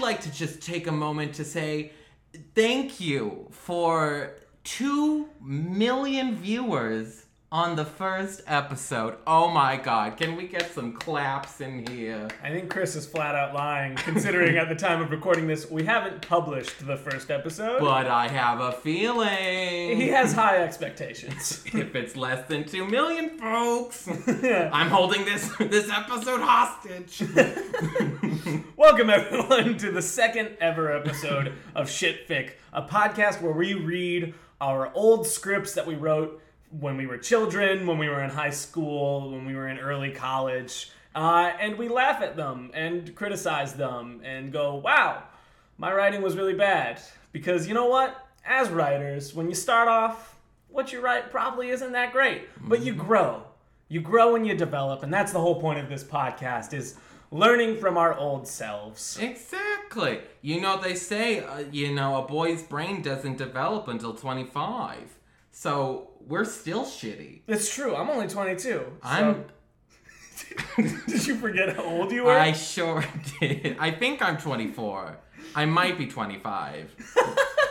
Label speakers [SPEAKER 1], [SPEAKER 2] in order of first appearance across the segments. [SPEAKER 1] like to just take a moment to say thank you for 2 million viewers on the first episode. Oh my god, can we get some claps in here?
[SPEAKER 2] I think Chris is flat out lying, considering at the time of recording this, we haven't published the first episode.
[SPEAKER 1] But I have a feeling.
[SPEAKER 2] he has high expectations.
[SPEAKER 1] if it's less than 2 million folks,
[SPEAKER 2] Yeah.
[SPEAKER 1] I'm holding this this episode hostage.
[SPEAKER 2] Welcome, everyone, to the second ever episode of Shit Fic, a podcast where we read our old scripts that we wrote when we were children, when we were in high school, when we were in early college, uh, and we laugh at them and criticize them and go, wow, my writing was really bad. Because you know what? As writers, when you start off, what you write probably isn't that great, but you grow. You grow and you develop, and that's the whole point of this podcast is learning from our old selves.
[SPEAKER 1] Exactly. You know, they say, uh, you know, a boy's brain doesn't develop until 25. So we're still shitty.
[SPEAKER 2] It's true. I'm only 22. so-
[SPEAKER 1] I'm.
[SPEAKER 2] Did you forget how old you were?
[SPEAKER 1] I sure did. I think I'm 24. I might be 25.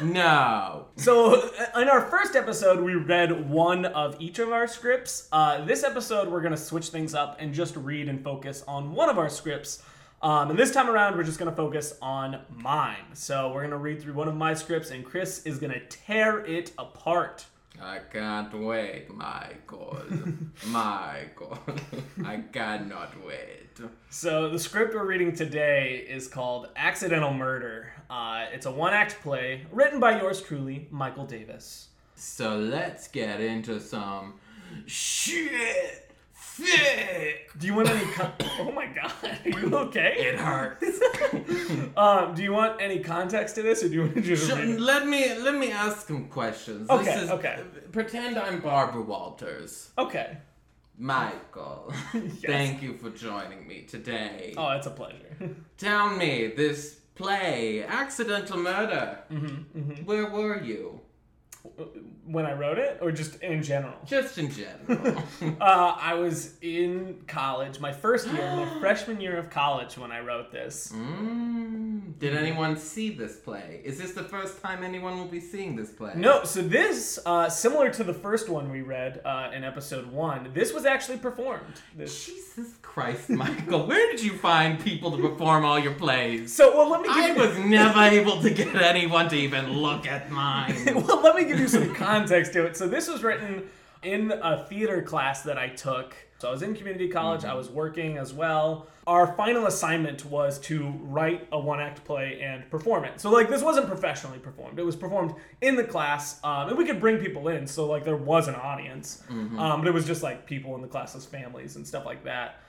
[SPEAKER 1] no.
[SPEAKER 2] So, uh, in our first episode, we read one of each of our scripts. Uh, this episode, we're going to switch things up and just read and focus on one of our scripts. Um, and this time around, we're just going to focus on mine. So, we're going to read through one of my scripts, and Chris is going to tear it apart.
[SPEAKER 1] I can't wait, my god. My god. I cannot wait.
[SPEAKER 2] So the script we're reading today is called Accidental Murder. Uh, it's a one-act play written by yours truly, Michael Davis.
[SPEAKER 1] So let's get into some shit thick.
[SPEAKER 2] Do you want any? Con- oh my God, are you okay?
[SPEAKER 1] It hurts.
[SPEAKER 2] Um, do you want any context to this, or do you want to just?
[SPEAKER 1] Sh-
[SPEAKER 2] read it?
[SPEAKER 1] Let me let me ask some questions.
[SPEAKER 2] Okay,
[SPEAKER 1] this is,
[SPEAKER 2] okay.
[SPEAKER 1] Pretend I'm Barbara Walters.
[SPEAKER 2] Okay.
[SPEAKER 1] Michael, thank you for joining me today.
[SPEAKER 2] Oh, it's a pleasure.
[SPEAKER 1] Tell me this play, Accidental Murder.
[SPEAKER 2] Mm-hmm,
[SPEAKER 1] Where were you?
[SPEAKER 2] when I wrote it, or just in general.
[SPEAKER 1] Just in general.
[SPEAKER 2] Uh, I was in college, my first year, my freshman year of college, when I wrote this.
[SPEAKER 1] mm, did anyone see this play? Is this the first time anyone will be seeing this play?
[SPEAKER 2] No, so this, uh, similar to the first one we read uh, in episode one, this was actually performed. This-
[SPEAKER 1] Jesus Christ, Michael, where did you find people to perform all your plays?
[SPEAKER 2] So, well, let me give
[SPEAKER 1] I
[SPEAKER 2] you,
[SPEAKER 1] was never able to get anyone to even look at mine.
[SPEAKER 2] well, let me give you some context to it. So, this was written in a theater class that I took. So, I was in community college. I was working as well. Our final assignment was to write a one-act play and perform it. So, like, this wasn't professionally performed. It was performed in the class, um, and we could bring people in. So, like, there was an audience, um, but it was just like people in the class's families and stuff like that.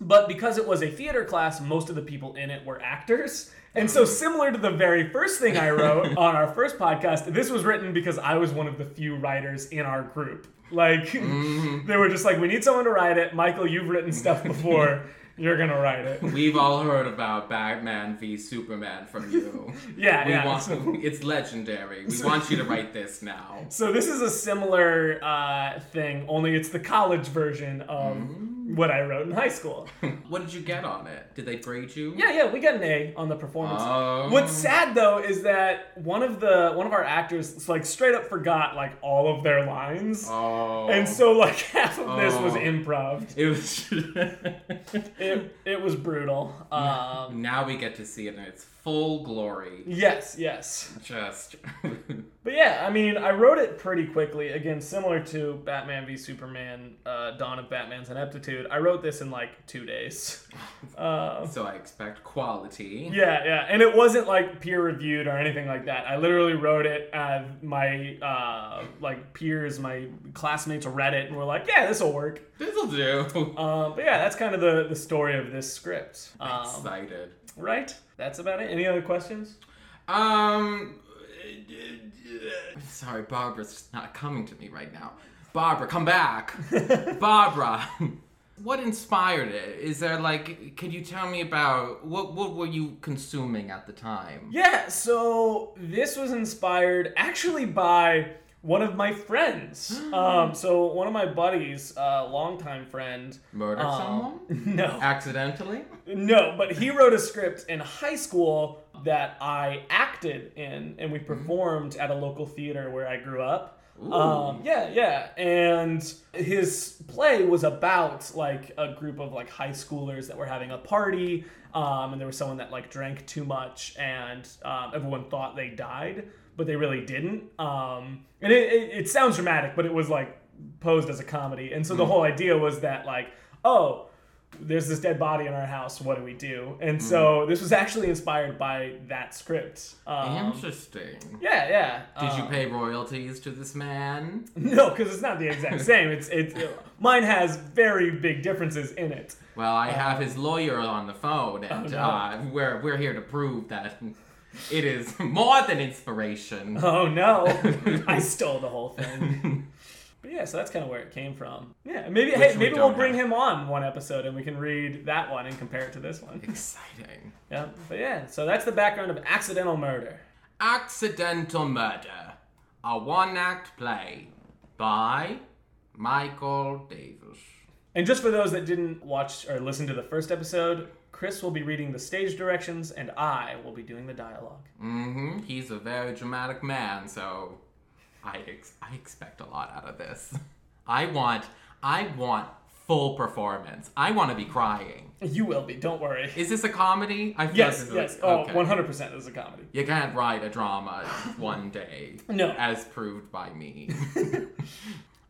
[SPEAKER 2] But because it was a theater class, most of the people in it were actors. And
[SPEAKER 1] Mm-hmm.
[SPEAKER 2] so, similar to the very first thing I wrote on our first podcast, this was written because I was one of the few writers in our group. Like,
[SPEAKER 1] Mm-hmm.
[SPEAKER 2] they were just like, we need someone to write it. Michael, you've written stuff before. You're going to write it.
[SPEAKER 1] We've all heard about Batman v Superman from you.
[SPEAKER 2] Yeah,
[SPEAKER 1] we
[SPEAKER 2] yeah.
[SPEAKER 1] want,
[SPEAKER 2] so,
[SPEAKER 1] it's legendary. We want you to write this now.
[SPEAKER 2] so this is a similar uh, thing, only it's the college version of
[SPEAKER 1] Mm-hmm.
[SPEAKER 2] what I wrote in high school.
[SPEAKER 1] What did you get on it? Did they grade you?
[SPEAKER 2] Yeah, yeah, we got an A on the performance.
[SPEAKER 1] Oh.
[SPEAKER 2] What's sad though is that one of the one of our actors like straight up forgot like all of their lines,
[SPEAKER 1] Oh.
[SPEAKER 2] and so like half of this was
[SPEAKER 1] Oh.
[SPEAKER 2] improv.
[SPEAKER 1] it was.
[SPEAKER 2] It it was brutal. Um,
[SPEAKER 1] now we get to see it in its full glory.
[SPEAKER 2] yes, yes.
[SPEAKER 1] Just.
[SPEAKER 2] But yeah, I mean, I wrote it pretty quickly. Again, similar to Batman v Superman, uh, Dawn of Batman's Ineptitude. I wrote this in like two days. Um,
[SPEAKER 1] so I expect quality.
[SPEAKER 2] Yeah, yeah, and it wasn't like peer reviewed or anything like that. I literally wrote it. Uh, my uh, like peers, my classmates read it and were like, "Yeah, this will work."
[SPEAKER 1] This'll do.
[SPEAKER 2] Um, but yeah, that's kind of the the story of this script, um,
[SPEAKER 1] Excited.
[SPEAKER 2] right? That's about it. Any other questions?
[SPEAKER 1] Um. Sorry, Barbara's just not coming to me right now. Barbara, come back. Barbara, what inspired it? Is there like, could you tell me about what what were you consuming at the time?
[SPEAKER 2] Yeah, so this was inspired actually by one of my friends. Um, so one of my buddies, uh, longtime friend.
[SPEAKER 1] Murder
[SPEAKER 2] um,
[SPEAKER 1] someone
[SPEAKER 2] No.
[SPEAKER 1] accidentally?
[SPEAKER 2] No, but he wrote a script in high school that I acted in and we performed at a local theater where I grew up. Um, yeah, yeah. And his play was about like a group of like high schoolers that were having a party. Um, and there was someone that like drank too much and um, everyone thought they died, but they really didn't. Um, and it, it, it sounds dramatic, but it was like posed as a comedy. And so the whole idea was that like, oh, there's this dead body in our house. What do we do? And
[SPEAKER 1] Hmm.
[SPEAKER 2] so this was actually inspired by that script. Um,
[SPEAKER 1] Interesting.
[SPEAKER 2] yeah, yeah.
[SPEAKER 1] Did
[SPEAKER 2] Um,
[SPEAKER 1] you pay royalties to this man?
[SPEAKER 2] No, because it's not the exact same. It's it's mine has very big differences in it.
[SPEAKER 1] Well, I have his lawyer on the phone, and
[SPEAKER 2] Oh, no.
[SPEAKER 1] uh, we're we're here to prove that it is more than inspiration.
[SPEAKER 2] Oh no, I stole the whole thing. But yeah, so that's kind of where it came from. Yeah, maybe hey,
[SPEAKER 1] we
[SPEAKER 2] maybe we'll
[SPEAKER 1] don't
[SPEAKER 2] bring
[SPEAKER 1] have.
[SPEAKER 2] him on one episode and we can read that one and compare it to this one.
[SPEAKER 1] Exciting.
[SPEAKER 2] Yeah, but yeah, so that's the background of accidental murder.
[SPEAKER 1] Accidental Murder, a one-act play by Michael Davis.
[SPEAKER 2] And just for those that didn't watch or listen to the first episode, Chris will be reading the stage directions and I will be doing the dialogue.
[SPEAKER 1] hmm He's a very dramatic man, so I ex- I expect a lot out of this. I want I want full performance. I want to be crying.
[SPEAKER 2] You will be, don't worry.
[SPEAKER 1] Is this a comedy? I feel
[SPEAKER 2] Yes,
[SPEAKER 1] like this
[SPEAKER 2] yes.
[SPEAKER 1] is
[SPEAKER 2] Oh,
[SPEAKER 1] okay.
[SPEAKER 2] 100% this is a comedy.
[SPEAKER 1] You can't write a drama in one day.
[SPEAKER 2] No.
[SPEAKER 1] As proved by me.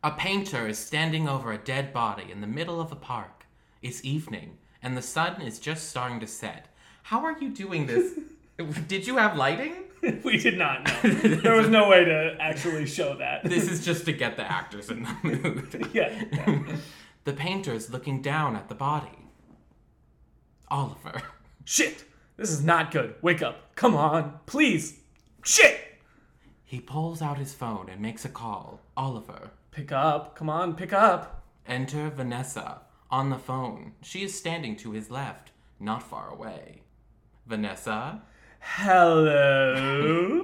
[SPEAKER 1] a painter is standing over a dead body in the middle of a park. It's evening, and the sun is just starting to set. How are you doing this? Did you have lighting?
[SPEAKER 2] we did not know. There was no way to actually show that.
[SPEAKER 1] This is just to get the actors in the mood.
[SPEAKER 2] yeah.
[SPEAKER 1] the painter is looking down at the body. Oliver.
[SPEAKER 2] Shit. This is not good. Wake up. Come on. Please. Shit.
[SPEAKER 1] He pulls out his phone and makes a call. Oliver.
[SPEAKER 2] Pick up. Come on. Pick up.
[SPEAKER 1] Enter Vanessa on the phone. She is standing to his left, not far away. Vanessa,
[SPEAKER 2] Hello.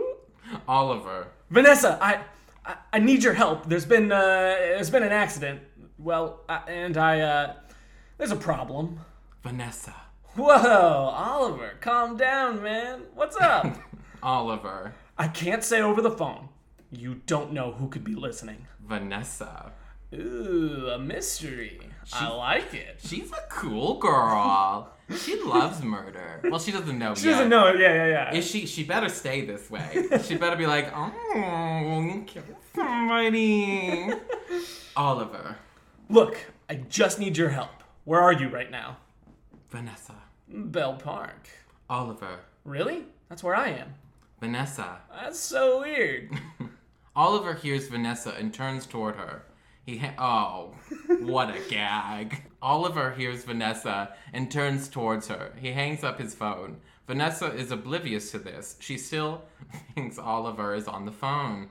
[SPEAKER 1] Oliver,
[SPEAKER 2] Vanessa, I, I I need your help. There's been uh there's been an accident. Well, I, and I uh there's a problem.
[SPEAKER 1] Vanessa,
[SPEAKER 2] Whoa, Oliver, calm down, man. What's up?
[SPEAKER 1] Oliver,
[SPEAKER 2] I can't say over the phone. You don't know who could be listening.
[SPEAKER 1] Vanessa.
[SPEAKER 2] Ooh, a mystery. I like it.
[SPEAKER 1] She's a cool girl. she loves murder. Well, she doesn't know
[SPEAKER 2] She doesn't know it. Yeah, yeah, yeah.
[SPEAKER 1] Is she? She better stay this way. She better be like, oh, you killed somebody. Oliver,
[SPEAKER 2] Look, I just need your help. Where are you right now?
[SPEAKER 1] Vanessa,
[SPEAKER 2] Bell Park.
[SPEAKER 1] Oliver,
[SPEAKER 2] Really? That's where I am.
[SPEAKER 1] Vanessa.
[SPEAKER 2] That's so weird.
[SPEAKER 1] Oliver hears Vanessa and turns toward her. He ha- oh, what a gag. Oliver hears Vanessa and turns towards her. He hangs up his phone. Vanessa is oblivious to this. She still thinks Oliver is on the phone.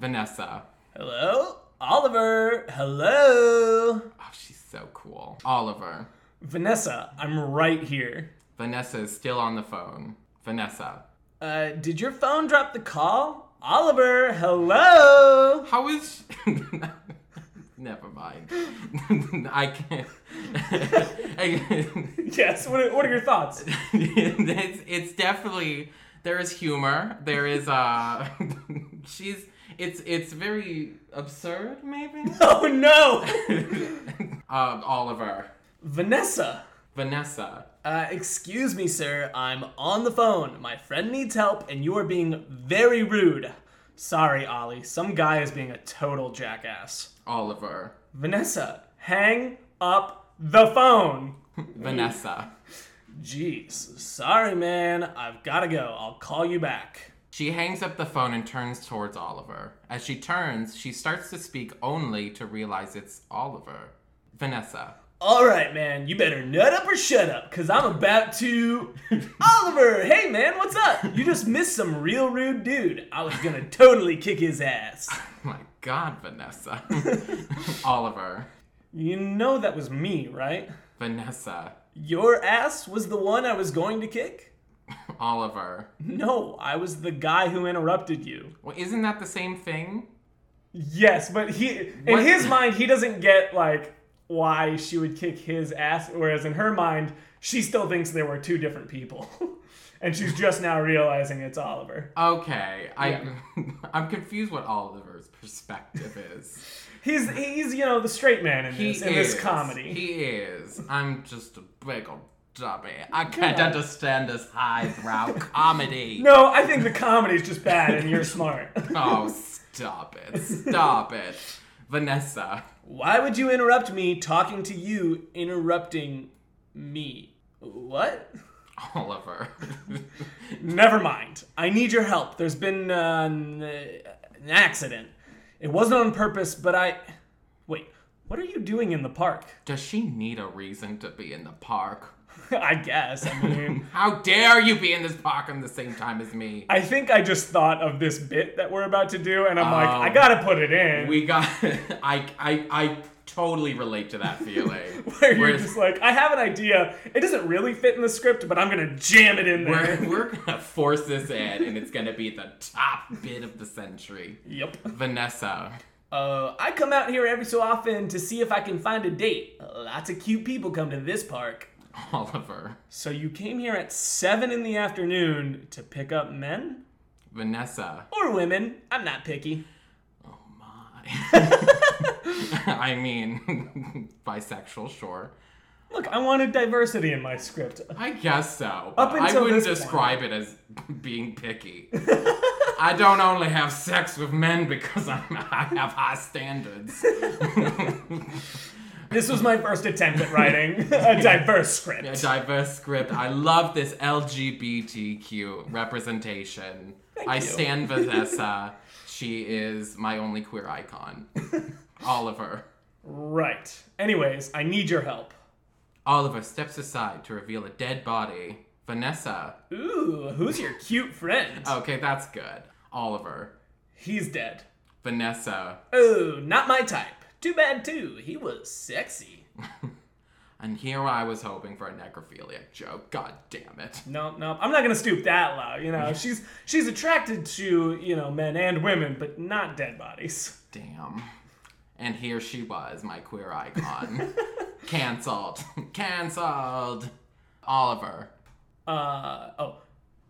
[SPEAKER 1] Vanessa.
[SPEAKER 2] Hello? Oliver? Hello?
[SPEAKER 1] Oh, she's so cool. Oliver.
[SPEAKER 2] Vanessa, I'm right here.
[SPEAKER 1] Vanessa is still on the phone. Vanessa.
[SPEAKER 2] Uh, did your phone drop the call? Oliver, hello?
[SPEAKER 1] How is Never mind. I can't. I can't.
[SPEAKER 2] Yes, what are, what are your thoughts?
[SPEAKER 1] it's, it's definitely there is humor. There is uh she's it's it's very absurd maybe.
[SPEAKER 2] Oh no!
[SPEAKER 1] um Oliver,
[SPEAKER 2] Vanessa,
[SPEAKER 1] Vanessa,
[SPEAKER 2] Uh, excuse me, sir. I'm on the phone. My friend needs help, and you are being very rude. Sorry, Ollie. Some guy is being a total jackass.
[SPEAKER 1] Oliver,
[SPEAKER 2] Vanessa, hang up the phone.
[SPEAKER 1] Vanessa.
[SPEAKER 2] Jeez. Sorry, man. I've gotta go. I'll call you back.
[SPEAKER 1] She hangs up the phone and turns towards Oliver. As she turns, she starts to speak only to realize it's Oliver. Vanessa.
[SPEAKER 2] Alright, man. You better nut up or shut up, because I'm about to. Oliver! Hey, man, what's up? You just missed some real rude dude. I was gonna totally kick his ass.
[SPEAKER 1] My god, Vanessa. Oliver.
[SPEAKER 2] You know that was me, right?
[SPEAKER 1] Vanessa.
[SPEAKER 2] Your ass was the one I was going to kick?
[SPEAKER 1] Oliver.
[SPEAKER 2] No, I was the guy who interrupted you.
[SPEAKER 1] Well, isn't that the same thing?
[SPEAKER 2] Yes, but he in
[SPEAKER 1] What?
[SPEAKER 2] his mind he doesn't get like why she would kick his ass whereas in her mind she still thinks there were two different people. and she's just now realizing it's Oliver.
[SPEAKER 1] Okay, I I'm confused what Oliver's perspective is.
[SPEAKER 2] He's he's you know the straight man in this in this comedy.
[SPEAKER 1] He is. I'm just a big old dummy. I can't understand this highbrow comedy.
[SPEAKER 2] no, I think the comedy's just bad, and you're smart.
[SPEAKER 1] Oh, stop it. Stop it. Vanessa.
[SPEAKER 2] Why would you interrupt me talking to you interrupting me? What?
[SPEAKER 1] Oliver.
[SPEAKER 2] Never mind. I need your help. There's been uh, an an accident. It wasn't on purpose, but I. Wait, what are you doing in the park?
[SPEAKER 1] Does she need a reason to be in the park?
[SPEAKER 2] I guess. I mean,
[SPEAKER 1] How dare you be in this park at the same time as me?
[SPEAKER 2] I think I just thought of this bit that we're about to do, and I'm like,
[SPEAKER 1] Oh.
[SPEAKER 2] I gotta put it in.
[SPEAKER 1] We got I I I totally relate to that feeling.
[SPEAKER 2] where you're
[SPEAKER 1] Whereas-
[SPEAKER 2] just like, I have an idea. It doesn't really fit in the script, but I'm gonna jam it in there.
[SPEAKER 1] We're, we're gonna force this in, and it's gonna be the top bit of the century.
[SPEAKER 2] Yep.
[SPEAKER 1] Vanessa.
[SPEAKER 2] Uh, I come out here every so often to see if I can find a date. Lots of cute people come to this park.
[SPEAKER 1] Oliver.
[SPEAKER 2] So you came here at 7 in the afternoon to pick up men?
[SPEAKER 1] Vanessa.
[SPEAKER 2] Or women. I'm not picky.
[SPEAKER 1] Oh my. I mean, bisexual, sure.
[SPEAKER 2] Look, I wanted diversity in my script.
[SPEAKER 1] I guess so. but I
[SPEAKER 2] until
[SPEAKER 1] wouldn't
[SPEAKER 2] this
[SPEAKER 1] describe it as being picky. I don't only have sex with men because I'm, I have high standards.
[SPEAKER 2] This was my first attempt at writing a diverse script.
[SPEAKER 1] A diverse script. I love this LGBTQ representation. I
[SPEAKER 2] you.
[SPEAKER 1] stand Vanessa. she is my only queer icon. Oliver.
[SPEAKER 2] Right. Anyways, I need your help.
[SPEAKER 1] Oliver steps aside to reveal a dead body. Vanessa.
[SPEAKER 2] Ooh, who's your cute friend?
[SPEAKER 1] Okay, that's good. Oliver.
[SPEAKER 2] He's dead.
[SPEAKER 1] Vanessa.
[SPEAKER 2] Oh, not my type. Too bad, too. He was sexy.
[SPEAKER 1] And here I was hoping for a necrophiliac joke. God damn it.
[SPEAKER 2] No, no, I'm not gonna stoop that low. You know, she's she's attracted to you know men and women, but not dead bodies.
[SPEAKER 1] Damn. And here she was, my queer icon. Cancelled. Cancelled. Oliver.
[SPEAKER 2] Uh oh,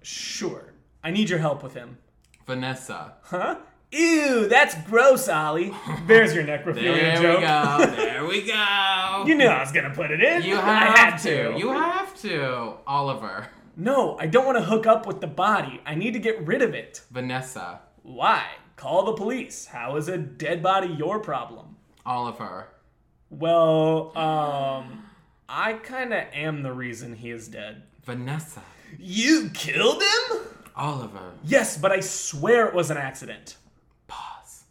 [SPEAKER 2] sure. I need your help with him.
[SPEAKER 1] Vanessa.
[SPEAKER 2] Huh? Ew, that's gross, Ollie. There's your necrophilia
[SPEAKER 1] There
[SPEAKER 2] joke.
[SPEAKER 1] we go. There we go.
[SPEAKER 2] You knew I was gonna put it in.
[SPEAKER 1] You
[SPEAKER 2] I
[SPEAKER 1] have
[SPEAKER 2] had
[SPEAKER 1] to. You have to. Oliver.
[SPEAKER 2] No, I don't want to hook up with the body. I need to get rid of it.
[SPEAKER 1] Vanessa.
[SPEAKER 2] Why? Call the police. How is a dead body your problem?
[SPEAKER 1] Oliver.
[SPEAKER 2] Well, um, I kind of am the reason he is dead.
[SPEAKER 1] Vanessa.
[SPEAKER 2] You killed him?
[SPEAKER 1] Oliver.
[SPEAKER 2] Yes, but I swear it was an accident.
[SPEAKER 1] Pause.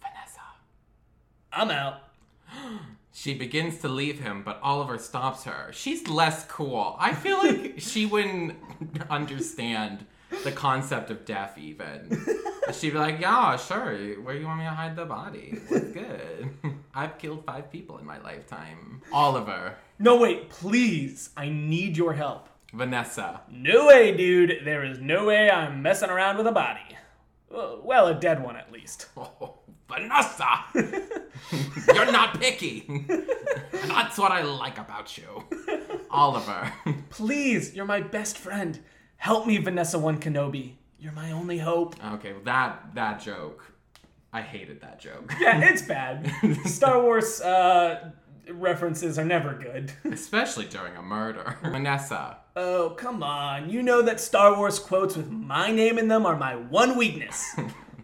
[SPEAKER 1] Vanessa.
[SPEAKER 2] I'm out.
[SPEAKER 1] She begins to leave him, but Oliver stops her. She's less cool. I feel like she wouldn't understand the concept of death, even. She'd be like, Yeah, sure. Where do you want me to hide the body? What's good? I've killed five people in my lifetime. Oliver,
[SPEAKER 2] No, wait, please. I need your help.
[SPEAKER 1] Vanessa,
[SPEAKER 2] No way, dude. There is no way I'm messing around with a body. Well, well, a dead one at least.
[SPEAKER 1] Oh, Vanessa! You're not picky! And that's what I like about you. Oliver.
[SPEAKER 2] Please, you're my best friend. Help me, Vanessa One Kenobi. You're my only hope.
[SPEAKER 1] Okay, well, that that joke. I hated that joke.
[SPEAKER 2] Yeah, it's bad. Star Wars uh, references are never good.
[SPEAKER 1] Especially during a murder. Vanessa.
[SPEAKER 2] oh, come on. You know that Star Wars quotes with my name in them are my one weakness.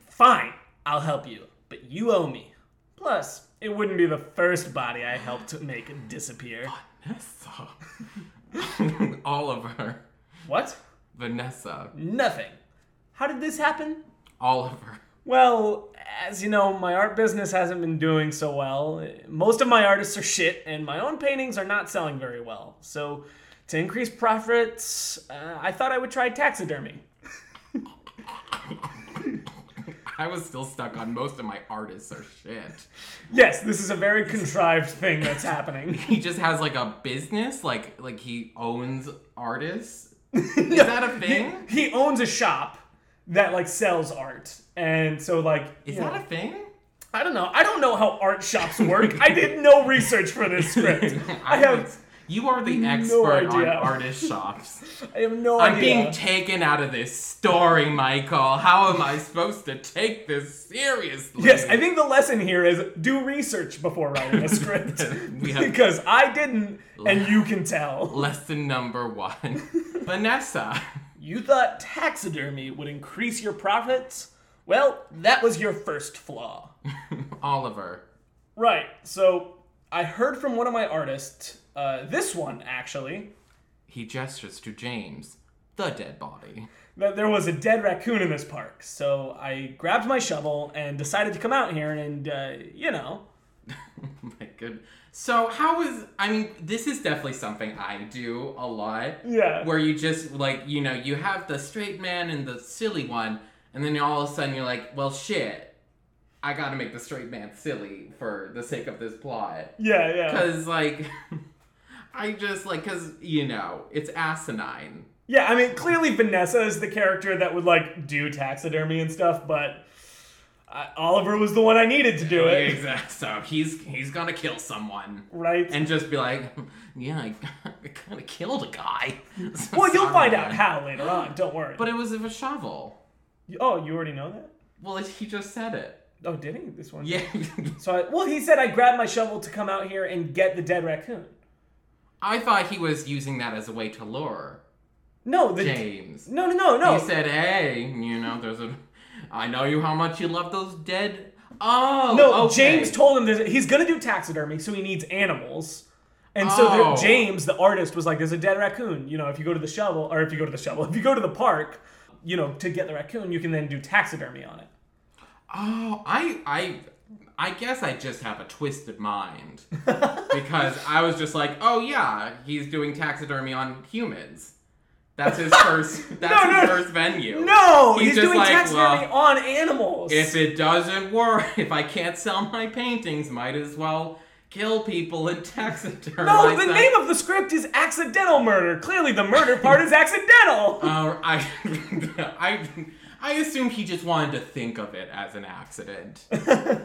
[SPEAKER 2] Fine, I'll help you, but you owe me. Plus, it wouldn't be the first body I helped make disappear.
[SPEAKER 1] Vanessa. Oliver.
[SPEAKER 2] What?
[SPEAKER 1] Vanessa.
[SPEAKER 2] Nothing. How did this happen?
[SPEAKER 1] Oliver.
[SPEAKER 2] Well, as you know, my art business hasn't been doing so well. Most of my artists are shit, and my own paintings are not selling very well. So, to increase profits, uh, I thought I would try taxidermy.
[SPEAKER 1] I was still stuck on most of my artists are shit.
[SPEAKER 2] Yes, this is a very contrived thing that's happening.
[SPEAKER 1] He just has like a business, like like he owns artists. Is that a thing?
[SPEAKER 2] He owns a shop that like sells art, and so like
[SPEAKER 1] Is
[SPEAKER 2] you know,
[SPEAKER 1] that a thing?
[SPEAKER 2] I don't know. I don't know how art shops work. I did no research for this script. I have
[SPEAKER 1] You are the
[SPEAKER 2] No
[SPEAKER 1] expert on
[SPEAKER 2] idea.
[SPEAKER 1] artist shops.
[SPEAKER 2] I have no
[SPEAKER 1] I'm
[SPEAKER 2] idea.
[SPEAKER 1] being taken out of this story, Michael. How am I supposed to take this seriously?
[SPEAKER 2] Yes, I think the lesson here is do research before writing a script.
[SPEAKER 1] We have-
[SPEAKER 2] because I didn't, and you can tell.
[SPEAKER 1] Lesson number one Vanessa.
[SPEAKER 2] You thought taxidermy would increase your profits? Well, that was your first flaw.
[SPEAKER 1] Oliver.
[SPEAKER 2] Right, so I heard from one of my artists, uh, this one actually,
[SPEAKER 1] He gestures to James, the dead body.
[SPEAKER 2] that there was a dead raccoon in this park. So I grabbed my shovel and decided to come out here and, uh, you know,
[SPEAKER 1] My good. So how is I mean, this is definitely something I do a lot.
[SPEAKER 2] Yeah.
[SPEAKER 1] Where you just like, you know, you have the straight man and the silly one, and then all of a sudden you're like, well shit. I gotta make the straight man silly for the sake of this plot.
[SPEAKER 2] yeah, yeah.
[SPEAKER 1] Cause like I just like cause you know, it's asinine.
[SPEAKER 2] Yeah, I mean, clearly Vanessa is the character that would, like, do taxidermy and stuff, but I, Oliver was the one I needed to do it.
[SPEAKER 1] Exactly. So he's he's gonna kill someone.
[SPEAKER 2] Right?
[SPEAKER 1] And just be like, yeah, I, I kind of killed a guy. So
[SPEAKER 2] well, you'll
[SPEAKER 1] sorry,
[SPEAKER 2] find out
[SPEAKER 1] man.
[SPEAKER 2] how later on, don't worry.
[SPEAKER 1] But it was with a shovel.
[SPEAKER 2] oh, you already know that?
[SPEAKER 1] Well, it- he just said it.
[SPEAKER 2] Oh, did he? This one?
[SPEAKER 1] Yeah.
[SPEAKER 2] So, I, well, he said I grabbed my shovel to come out here and get the dead raccoon.
[SPEAKER 1] I thought he was using that as a way to lure
[SPEAKER 2] No, the.
[SPEAKER 1] James.
[SPEAKER 2] No, no, no, no.
[SPEAKER 1] He said, hey, you know, there's a. I know you how much you love those dead. Oh,
[SPEAKER 2] No,
[SPEAKER 1] okay.
[SPEAKER 2] James told him that he's gonna do taxidermy, so he needs animals. And so there-
[SPEAKER 1] Oh.
[SPEAKER 2] James, the artist, was like, "There's a dead raccoon. You know, if you go to the shovel, or if you go to the shovel, if you go to the park, you know, to get the raccoon, you can then do taxidermy on it."
[SPEAKER 1] Oh, I, I, I guess I just have a twisted mind because I was just like, oh yeah, he's doing taxidermy on humans. That's his first. That's
[SPEAKER 2] No, no,
[SPEAKER 1] his
[SPEAKER 2] no.
[SPEAKER 1] first venue.
[SPEAKER 2] No,
[SPEAKER 1] He's
[SPEAKER 2] he's,
[SPEAKER 1] just
[SPEAKER 2] doing
[SPEAKER 1] like,
[SPEAKER 2] taxidermy
[SPEAKER 1] well,
[SPEAKER 2] on animals.
[SPEAKER 1] If it doesn't work, if I can't sell my paintings, might as well kill people in taxidermy.
[SPEAKER 2] no, the name of the script is accidental murder. Clearly, the murder part is accidental.
[SPEAKER 1] Uh, I, I, I assumed he just wanted to think of it as an accident.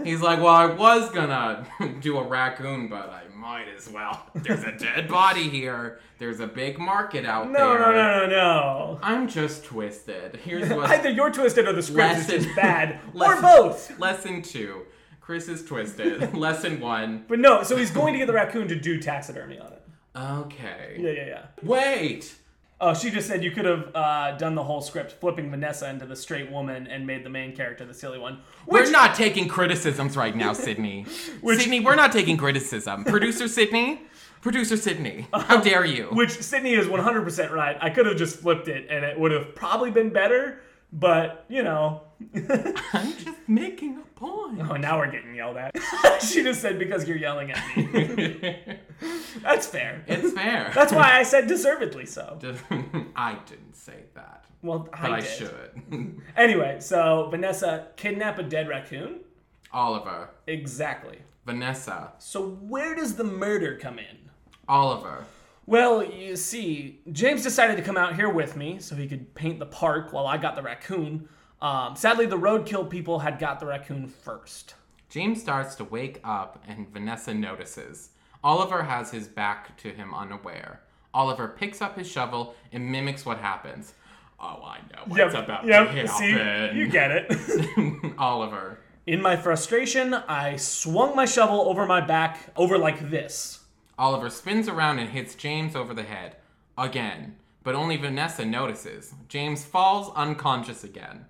[SPEAKER 1] He's like, well, I was gonna do a raccoon, but I might as well. There's a dead body here. There's a big market out
[SPEAKER 2] no,
[SPEAKER 1] there.
[SPEAKER 2] no, no, no, no.
[SPEAKER 1] I'm just twisted. Here's what.
[SPEAKER 2] Either you're twisted or the script
[SPEAKER 1] Lesson-
[SPEAKER 2] is just bad, or
[SPEAKER 1] lesson-
[SPEAKER 2] both.
[SPEAKER 1] Lesson two. Chris is twisted. Lesson one.
[SPEAKER 2] But no, so he's going to get the raccoon to do taxidermy on it.
[SPEAKER 1] Okay.
[SPEAKER 2] Yeah, yeah, yeah.
[SPEAKER 1] Wait.
[SPEAKER 2] Oh, she just said you could have uh, done the whole script flipping Vanessa into the straight woman and made the main character the silly one. Which,
[SPEAKER 1] we're not taking criticisms right now, Sydney. Sydney, we're not taking criticism. Producer Sydney, producer Sydney, how dare you?
[SPEAKER 2] which Sydney is 100% right. I could have just flipped it and it would have probably been better, but you know.
[SPEAKER 1] I'm just making a point.
[SPEAKER 2] Oh, now we're getting yelled at. she just said because you're yelling at me.
[SPEAKER 1] it's
[SPEAKER 2] That's fair.
[SPEAKER 1] fair.
[SPEAKER 2] That's why I said deservedly so.
[SPEAKER 1] I didn't say that,
[SPEAKER 2] Well, I,
[SPEAKER 1] but I,
[SPEAKER 2] did.
[SPEAKER 1] should.
[SPEAKER 2] Anyway, so Vanessa kidnap a dead raccoon?
[SPEAKER 1] Oliver,
[SPEAKER 2] Exactly.
[SPEAKER 1] Vanessa,
[SPEAKER 2] So where does the murder come in?
[SPEAKER 1] Oliver.
[SPEAKER 2] Well, you see, James decided to come out here with me so he could paint the park while I got the raccoon. Um, sadly, the roadkill people had got the raccoon first.
[SPEAKER 1] James starts to wake up and Vanessa notices. Oliver has his back to him unaware. Oliver picks up his shovel and mimics what happens. Oh, I know what's about to happen.
[SPEAKER 2] get it.
[SPEAKER 1] Oliver.
[SPEAKER 2] In my frustration, I swung my shovel over my back, over like this.
[SPEAKER 1] Oliver spins around and hits James over the head. Again. But only Vanessa notices. James falls unconscious again.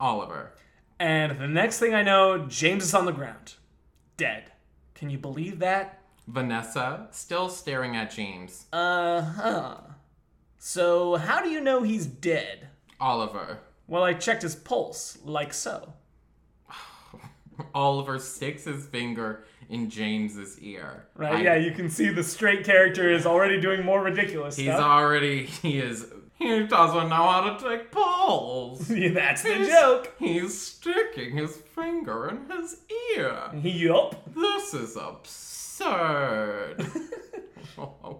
[SPEAKER 1] Oliver.
[SPEAKER 2] And the next thing I know, James is on the ground. Dead. Can you believe that?
[SPEAKER 1] Vanessa, still staring at James.
[SPEAKER 2] Uh huh. So, how do you know he's dead?
[SPEAKER 1] Oliver.
[SPEAKER 2] Well, I checked his pulse, like so.
[SPEAKER 1] Oliver sticks his finger in James's ear.
[SPEAKER 2] Right?
[SPEAKER 1] I-
[SPEAKER 2] yeah, you can see the straight character is already doing more ridiculous
[SPEAKER 1] He's
[SPEAKER 2] stuff.
[SPEAKER 1] already. He is. He doesn't know how to take polls.
[SPEAKER 2] Yeah, That's the
[SPEAKER 1] He's-
[SPEAKER 2] joke.
[SPEAKER 1] He's sticking his finger in his ear.
[SPEAKER 2] Yup.
[SPEAKER 1] This is absurd.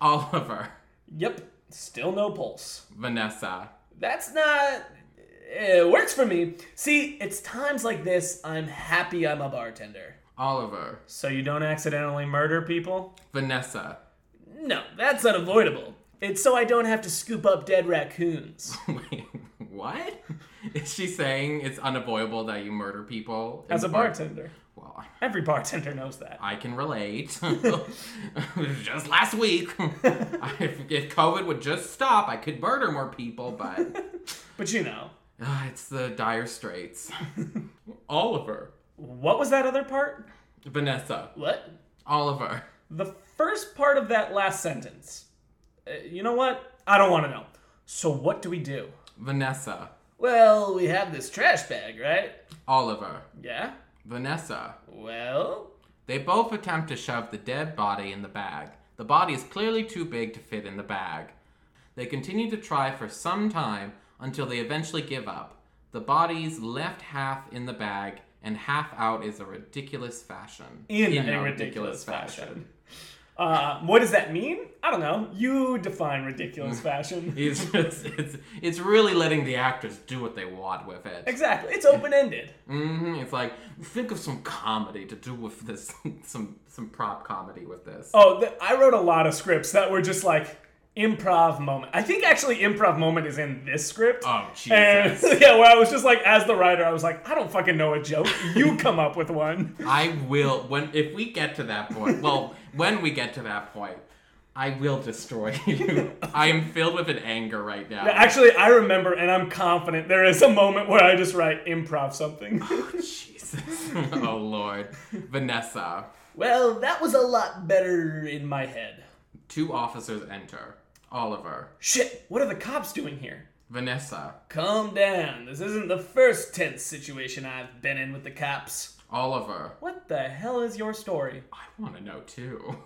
[SPEAKER 1] Oliver,
[SPEAKER 2] Yep. Still no pulse.
[SPEAKER 1] Vanessa,
[SPEAKER 2] That's not. It works for me. See, it's times like this I'm happy I'm a bartender.
[SPEAKER 1] Oliver,
[SPEAKER 2] So you don't accidentally murder people?
[SPEAKER 1] Vanessa,
[SPEAKER 2] No, that's unavoidable. It's so I don't have to scoop up dead raccoons.
[SPEAKER 1] Wait, what? Is she saying it's unavoidable that you murder people? in
[SPEAKER 2] As a
[SPEAKER 1] bar-
[SPEAKER 2] bartender,
[SPEAKER 1] Well,
[SPEAKER 2] every bartender knows that.
[SPEAKER 1] I can relate. just last week, I- if, if COVID would just stop, I could murder more people, but
[SPEAKER 2] But you know,
[SPEAKER 1] uh, it's the dire straits. Oliver.
[SPEAKER 2] what was that other part?
[SPEAKER 1] Vanessa.
[SPEAKER 2] What?
[SPEAKER 1] Oliver.
[SPEAKER 2] The first part of that last sentence. Uh, you know what? I don't want to know. So what do we do?
[SPEAKER 1] Vanessa.
[SPEAKER 2] Well, we have this trash bag, right?
[SPEAKER 1] Oliver.
[SPEAKER 2] Yeah.
[SPEAKER 1] Vanessa.
[SPEAKER 2] Well,
[SPEAKER 1] They both attempt to shove the dead body in the bag. The body is clearly too big to fit in the bag. They continue to try for some time until they eventually give up. The body's left half in the bag and half out is a ridiculous fashion.
[SPEAKER 2] in, a ridiculous, fashion. Uh, what does that mean? I don't know. You define ridiculous fashion.
[SPEAKER 1] It's, just, it's, it's really letting the actors do what they want with it.
[SPEAKER 2] Exactly. It's open ended.
[SPEAKER 1] hmm It's like, think of some comedy to do with this, some, some prop comedy with this.
[SPEAKER 2] Oh, th- I wrote a lot of scripts that were just like improv moment. I think actually improv moment is in this script.
[SPEAKER 1] Oh,
[SPEAKER 2] And
[SPEAKER 1] Jesus.
[SPEAKER 2] yeah, where I was just like, as the writer, I was like, I don't fucking know a joke. You come up with one.
[SPEAKER 1] I will when if we get to that point. Well, when we get to that point, I will destroy you. I am filled with an anger right now.
[SPEAKER 2] Actually, I remember, and I'm confident there is a moment where I just write improv something.
[SPEAKER 1] Jesus. oh Lord. Vanessa.
[SPEAKER 2] well, that was a lot better in my head.
[SPEAKER 1] Two officers enter. Oliver.
[SPEAKER 2] Shit, what are the cops doing here?
[SPEAKER 1] Vanessa.
[SPEAKER 2] Calm down. This isn't the first tense situation I've been in with the cops.
[SPEAKER 1] Oliver.
[SPEAKER 2] What the hell is your story?
[SPEAKER 1] I want to know too.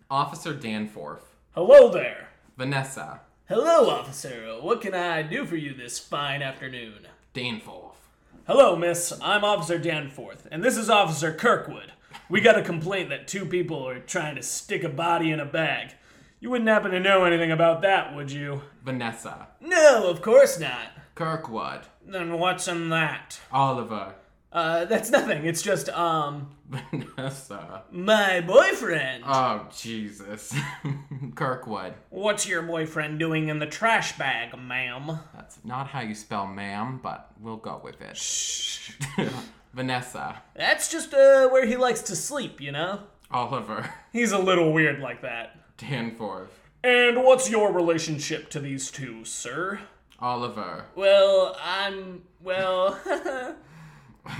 [SPEAKER 1] Officer Danforth.
[SPEAKER 2] Hello there.
[SPEAKER 1] Vanessa.
[SPEAKER 2] Hello, officer. What can I do for you this fine afternoon?
[SPEAKER 1] Danforth.
[SPEAKER 2] Hello, miss. I'm Officer Danforth, and this is Officer Kirkwood. We got a complaint that two people are trying to stick a body in a bag. You wouldn't happen to know anything about that, would you?
[SPEAKER 1] Vanessa.
[SPEAKER 2] No, of course not.
[SPEAKER 1] Kirkwood.
[SPEAKER 2] Then what's in that?
[SPEAKER 1] Oliver.
[SPEAKER 2] Uh, that's nothing. It's just, um,
[SPEAKER 1] Vanessa.
[SPEAKER 2] my boyfriend.
[SPEAKER 1] Oh Jesus. Kirkwood.
[SPEAKER 2] What's your boyfriend doing in the trash bag, ma'am?
[SPEAKER 1] That's not how you spell ma'am, but we'll go with it. Vanessa,
[SPEAKER 2] That's just, uh, where he likes to sleep, you know?
[SPEAKER 1] Oliver,
[SPEAKER 2] He's a little weird like that.
[SPEAKER 1] Danforth,
[SPEAKER 2] And what's your relationship to these two, sir?
[SPEAKER 1] Oliver,
[SPEAKER 2] Well, I'm. Well.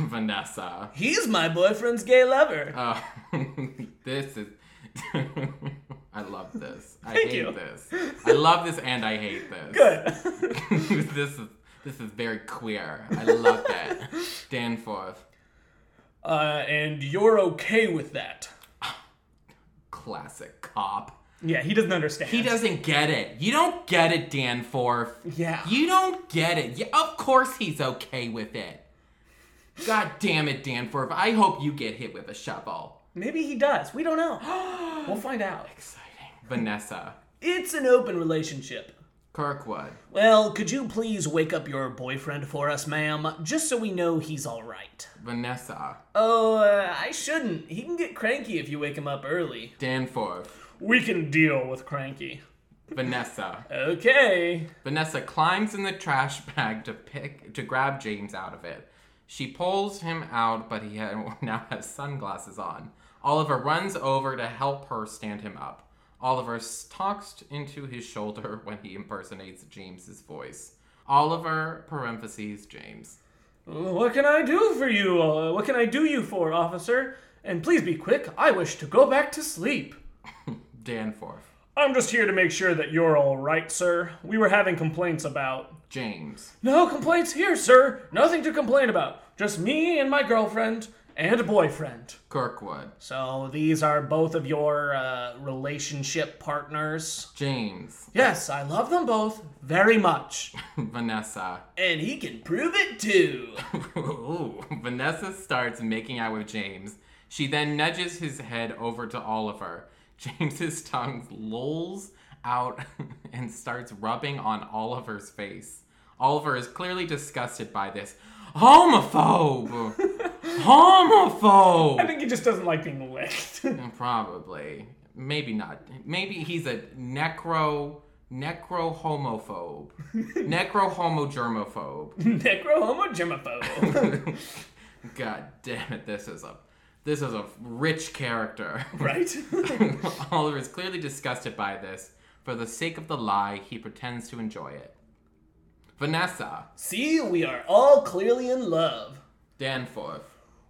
[SPEAKER 1] Vanessa.
[SPEAKER 2] he's my boyfriend's gay lover.
[SPEAKER 1] Uh, this is. I love this. I
[SPEAKER 2] Thank
[SPEAKER 1] hate
[SPEAKER 2] you.
[SPEAKER 1] this. I love this and I hate this.
[SPEAKER 2] Good.
[SPEAKER 1] this is this is very queer. I love that. Danforth,
[SPEAKER 2] uh, and you're okay with that.
[SPEAKER 1] classic cop.
[SPEAKER 2] Yeah, he doesn't understand.
[SPEAKER 1] He doesn't get it. You don't get it, Danforth.
[SPEAKER 2] Yeah.
[SPEAKER 1] You don't get it. Yeah, of course he's okay with it. God damn it, Danforth. I hope you get hit with a shovel.
[SPEAKER 2] Maybe he does. We don't know. we'll find out.
[SPEAKER 1] Exciting. Vanessa.
[SPEAKER 2] It's an open relationship.
[SPEAKER 1] Kirkwood.
[SPEAKER 2] Well, could you please wake up your boyfriend for us, ma'am, just so we know he's all right?
[SPEAKER 1] Vanessa.
[SPEAKER 2] Oh, uh, I shouldn't. He can get cranky if you wake him up early.
[SPEAKER 1] Danforth.
[SPEAKER 2] We can deal with cranky.
[SPEAKER 1] Vanessa.
[SPEAKER 2] Okay.
[SPEAKER 1] Vanessa climbs in the trash bag to pick to grab James out of it. She pulls him out, but he ha- now has sunglasses on. Oliver runs over to help her stand him up. Oliver s- talks into his shoulder when he impersonates James's voice. Oliver parentheses James.
[SPEAKER 2] What can I do for you? Uh, What can I do you for, officer? And please be quick. I wish to go back to sleep.
[SPEAKER 1] Danforth.
[SPEAKER 2] I'm just here to make sure that you're all right, sir. We were having complaints about.
[SPEAKER 1] James.
[SPEAKER 2] No complaints here, sir. Nothing to complain about. Just me and my girlfriend and boyfriend.
[SPEAKER 1] Kirkwood.
[SPEAKER 2] So these are both of your uh, relationship partners.
[SPEAKER 1] James.
[SPEAKER 2] Yes, I love them both very much.
[SPEAKER 1] Vanessa.
[SPEAKER 2] And he can prove it too.
[SPEAKER 1] Ooh. Vanessa starts making out with James. She then nudges his head over to Oliver. James's tongue lolls out and starts rubbing on Oliver's face. Oliver is clearly disgusted by this. Homophobe! Homophobe!
[SPEAKER 2] I think he just doesn't like being licked.
[SPEAKER 1] Probably. maybe not. Maybe he's a necro necro homophobe, necro homo germophobe.
[SPEAKER 2] Necro homo germaphobe.
[SPEAKER 1] God damn it! This is a this is a rich character.
[SPEAKER 2] right?
[SPEAKER 1] Oliver is clearly disgusted by this. For the sake of the lie, he pretends to enjoy it. Vanessa
[SPEAKER 2] see, we are all clearly in love.
[SPEAKER 1] Danforth.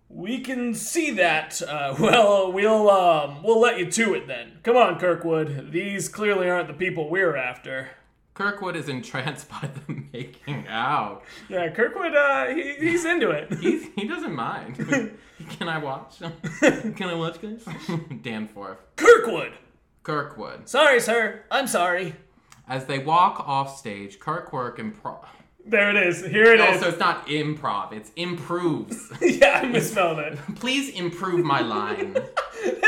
[SPEAKER 2] We can see that. Uh, well, we'll um, we'll let you to it then. Come on, Kirkwood. These clearly aren't the people we're after.
[SPEAKER 1] Kirkwood is entranced by them making out.
[SPEAKER 2] Yeah, Kirkwood. Uh, he, he's into it.
[SPEAKER 1] He's, he doesn't mind. Can I watch? Can I watch, guys? Danforth.
[SPEAKER 2] Kirkwood.
[SPEAKER 1] Kirkwood.
[SPEAKER 2] Sorry, sir. I'm sorry.
[SPEAKER 1] As they walk off stage, Kirkwood improv.
[SPEAKER 2] There it is. Here it is.
[SPEAKER 1] Also, it's not improv, it's improves.
[SPEAKER 2] yeah, I misspelled it.
[SPEAKER 1] Please improve my line.
[SPEAKER 2] That's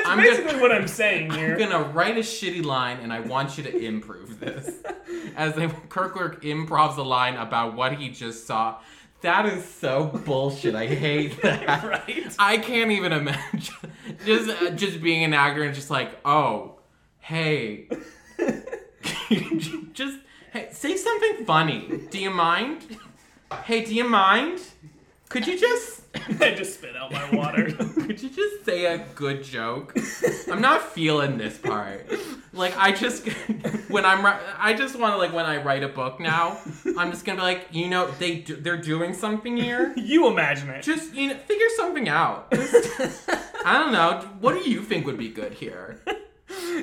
[SPEAKER 1] I'm gonna-
[SPEAKER 2] basically what I'm saying here.
[SPEAKER 1] I'm gonna write a shitty line and I want you to improve this. As they Kirkwood improvs a line about what he just saw. That is so bullshit. I hate that.
[SPEAKER 2] Right?
[SPEAKER 1] I can't even imagine just uh, just being an actor and just like, oh, hey, just hey, say something funny. Do you mind? Hey, do you mind? Could you just
[SPEAKER 2] I just spit out my water.
[SPEAKER 1] could you just say a good joke? I'm not feeling this part. Like I just when I'm ri- I just want to like when I write a book now, I'm just gonna be like, you know, they do, they're doing something here.
[SPEAKER 2] you imagine it.
[SPEAKER 1] Just you know, figure something out. I don't know. What do you think would be good here?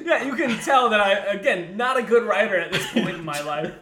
[SPEAKER 2] Yeah, you can tell that I, again, not a good writer at this point in my life.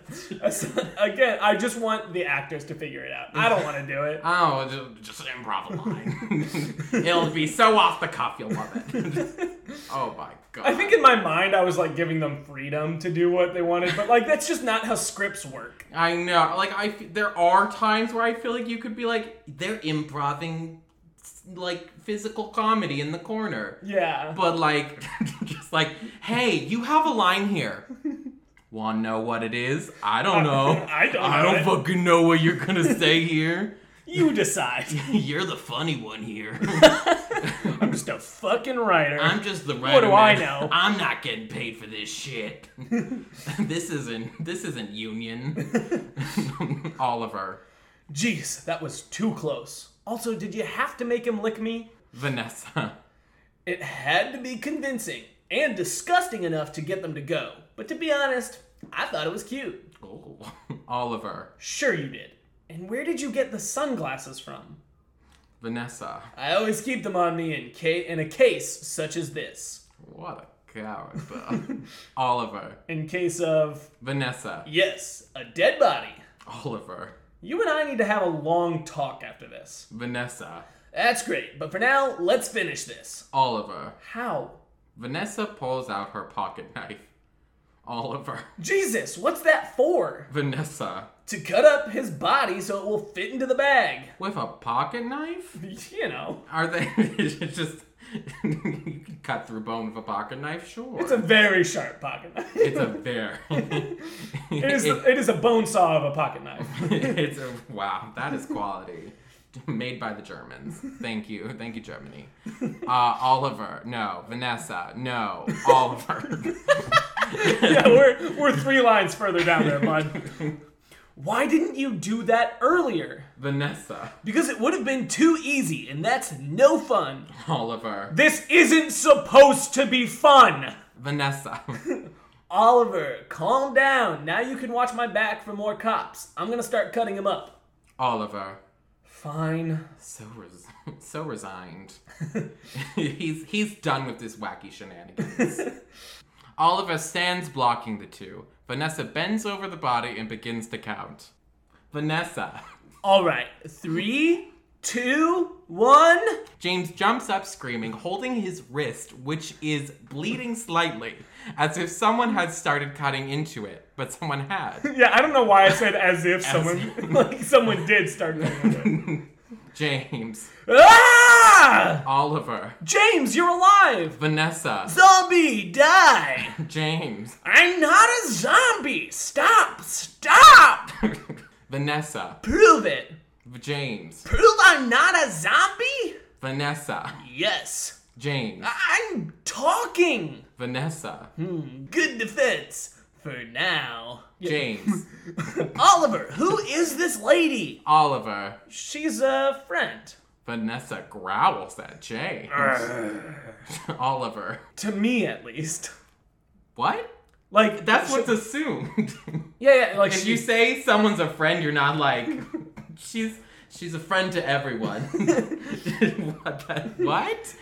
[SPEAKER 2] As- again, I just want the actors to figure it out. I don't want to do it.
[SPEAKER 1] Oh, ju- just an improv line. It'll be so off the cuff, you'll love it. oh my god.
[SPEAKER 2] I think in my mind, I was like giving them freedom to do what they wanted, but like that's just not how scripts work.
[SPEAKER 1] I know. Like I, f- there are times where I feel like you could be like they're improving, s- like physical comedy in the corner,
[SPEAKER 2] Yeah.
[SPEAKER 1] but like just like, hey, you have a line here. Want to know what it is? I don't know.
[SPEAKER 2] I don't
[SPEAKER 1] I don't
[SPEAKER 2] know it.
[SPEAKER 1] fucking know what you're gonna say here.
[SPEAKER 2] You decide.
[SPEAKER 1] you're the funny one here.
[SPEAKER 2] I'm just a fucking writer.
[SPEAKER 1] I'm just the writer.
[SPEAKER 2] What do I
[SPEAKER 1] man.
[SPEAKER 2] know?
[SPEAKER 1] I'm not getting paid for this shit. this isn't. This isn't union. Oliver.
[SPEAKER 2] Jeez, that was too close. Also, did you have to make him lick me?
[SPEAKER 1] Vanessa.
[SPEAKER 2] It had to be convincing and disgusting enough to get them to go. But to be honest, I thought it was cute.
[SPEAKER 1] Oh. Oliver.
[SPEAKER 2] Sure you did. And where did you get the sunglasses from?
[SPEAKER 1] Vanessa.
[SPEAKER 2] I always keep them on me in ca- in a case such as this.
[SPEAKER 1] What a character. Oliver.
[SPEAKER 2] In case of
[SPEAKER 1] Vanessa.
[SPEAKER 2] yes, a dead body.
[SPEAKER 1] Oliver.
[SPEAKER 2] You and I need to have a long talk after this.
[SPEAKER 1] Vanessa.
[SPEAKER 2] That's great, but for now, let's finish this.
[SPEAKER 1] Oliver.
[SPEAKER 2] How?
[SPEAKER 1] Vanessa pulls out her pocket knife. Oliver.
[SPEAKER 2] Jesus, what's that for?
[SPEAKER 1] Vanessa.
[SPEAKER 2] To cut up his body so it will fit into the bag.
[SPEAKER 1] With a pocket knife?
[SPEAKER 2] You know.
[SPEAKER 1] Are they it's just you can cut through bone with a pocket knife? Sure.
[SPEAKER 2] It's a very sharp pocket knife.
[SPEAKER 1] it's a bear.
[SPEAKER 2] It is, it is a bone saw of a pocket knife.
[SPEAKER 1] it's a wow that is quality made by the germans thank you thank you germany uh, oliver no vanessa no oliver
[SPEAKER 2] yeah, we're, we're three lines further down there, bud. Why didn't you do that earlier?
[SPEAKER 1] vanessa
[SPEAKER 2] Because it would have been too easy, and that's no fun.
[SPEAKER 1] oliver
[SPEAKER 2] This isn't supposed to be fun!
[SPEAKER 1] vanessa
[SPEAKER 2] Oliver, calm down. Now you can watch my back for more cops. I'm gonna start cutting him up.
[SPEAKER 1] oliver
[SPEAKER 2] Fine.
[SPEAKER 1] so res- so resigned he's he's done with this wacky shenanigans oliver stands blocking the two vanessa bends over the body and begins to count vanessa
[SPEAKER 2] Alright, three, two, one.
[SPEAKER 1] James jumps up screaming, holding his wrist, which is bleeding slightly, as if someone had started cutting into it, but someone had.
[SPEAKER 2] Yeah, I don't know why I said as if someone like someone did start cutting him.
[SPEAKER 1] James,
[SPEAKER 2] ah!
[SPEAKER 1] Oliver,
[SPEAKER 2] James, you're alive!
[SPEAKER 1] Vanessa,
[SPEAKER 2] Zombie, die!
[SPEAKER 1] James,
[SPEAKER 2] I'm not a zombie! Stop! Stop!
[SPEAKER 1] Vanessa,
[SPEAKER 2] Prove it!
[SPEAKER 1] James,
[SPEAKER 2] Prove I'm not a zombie?
[SPEAKER 1] Vanessa,
[SPEAKER 2] Yes.
[SPEAKER 1] James,
[SPEAKER 2] I'm talking.
[SPEAKER 1] Vanessa,
[SPEAKER 2] Hmm. Good defense for now.
[SPEAKER 1] James,
[SPEAKER 2] Oliver, who is this lady?
[SPEAKER 1] Oliver.
[SPEAKER 2] She's a friend.
[SPEAKER 1] Vanessa growls at James. Uh. Oliver.
[SPEAKER 2] To me, at least.
[SPEAKER 1] What?
[SPEAKER 2] Like
[SPEAKER 1] That's
[SPEAKER 2] she-
[SPEAKER 1] what's assumed.
[SPEAKER 2] Yeah, yeah. Like
[SPEAKER 1] if
[SPEAKER 2] she,
[SPEAKER 1] you say someone's a friend, you're not like she's she's a friend to everyone. what, the- what?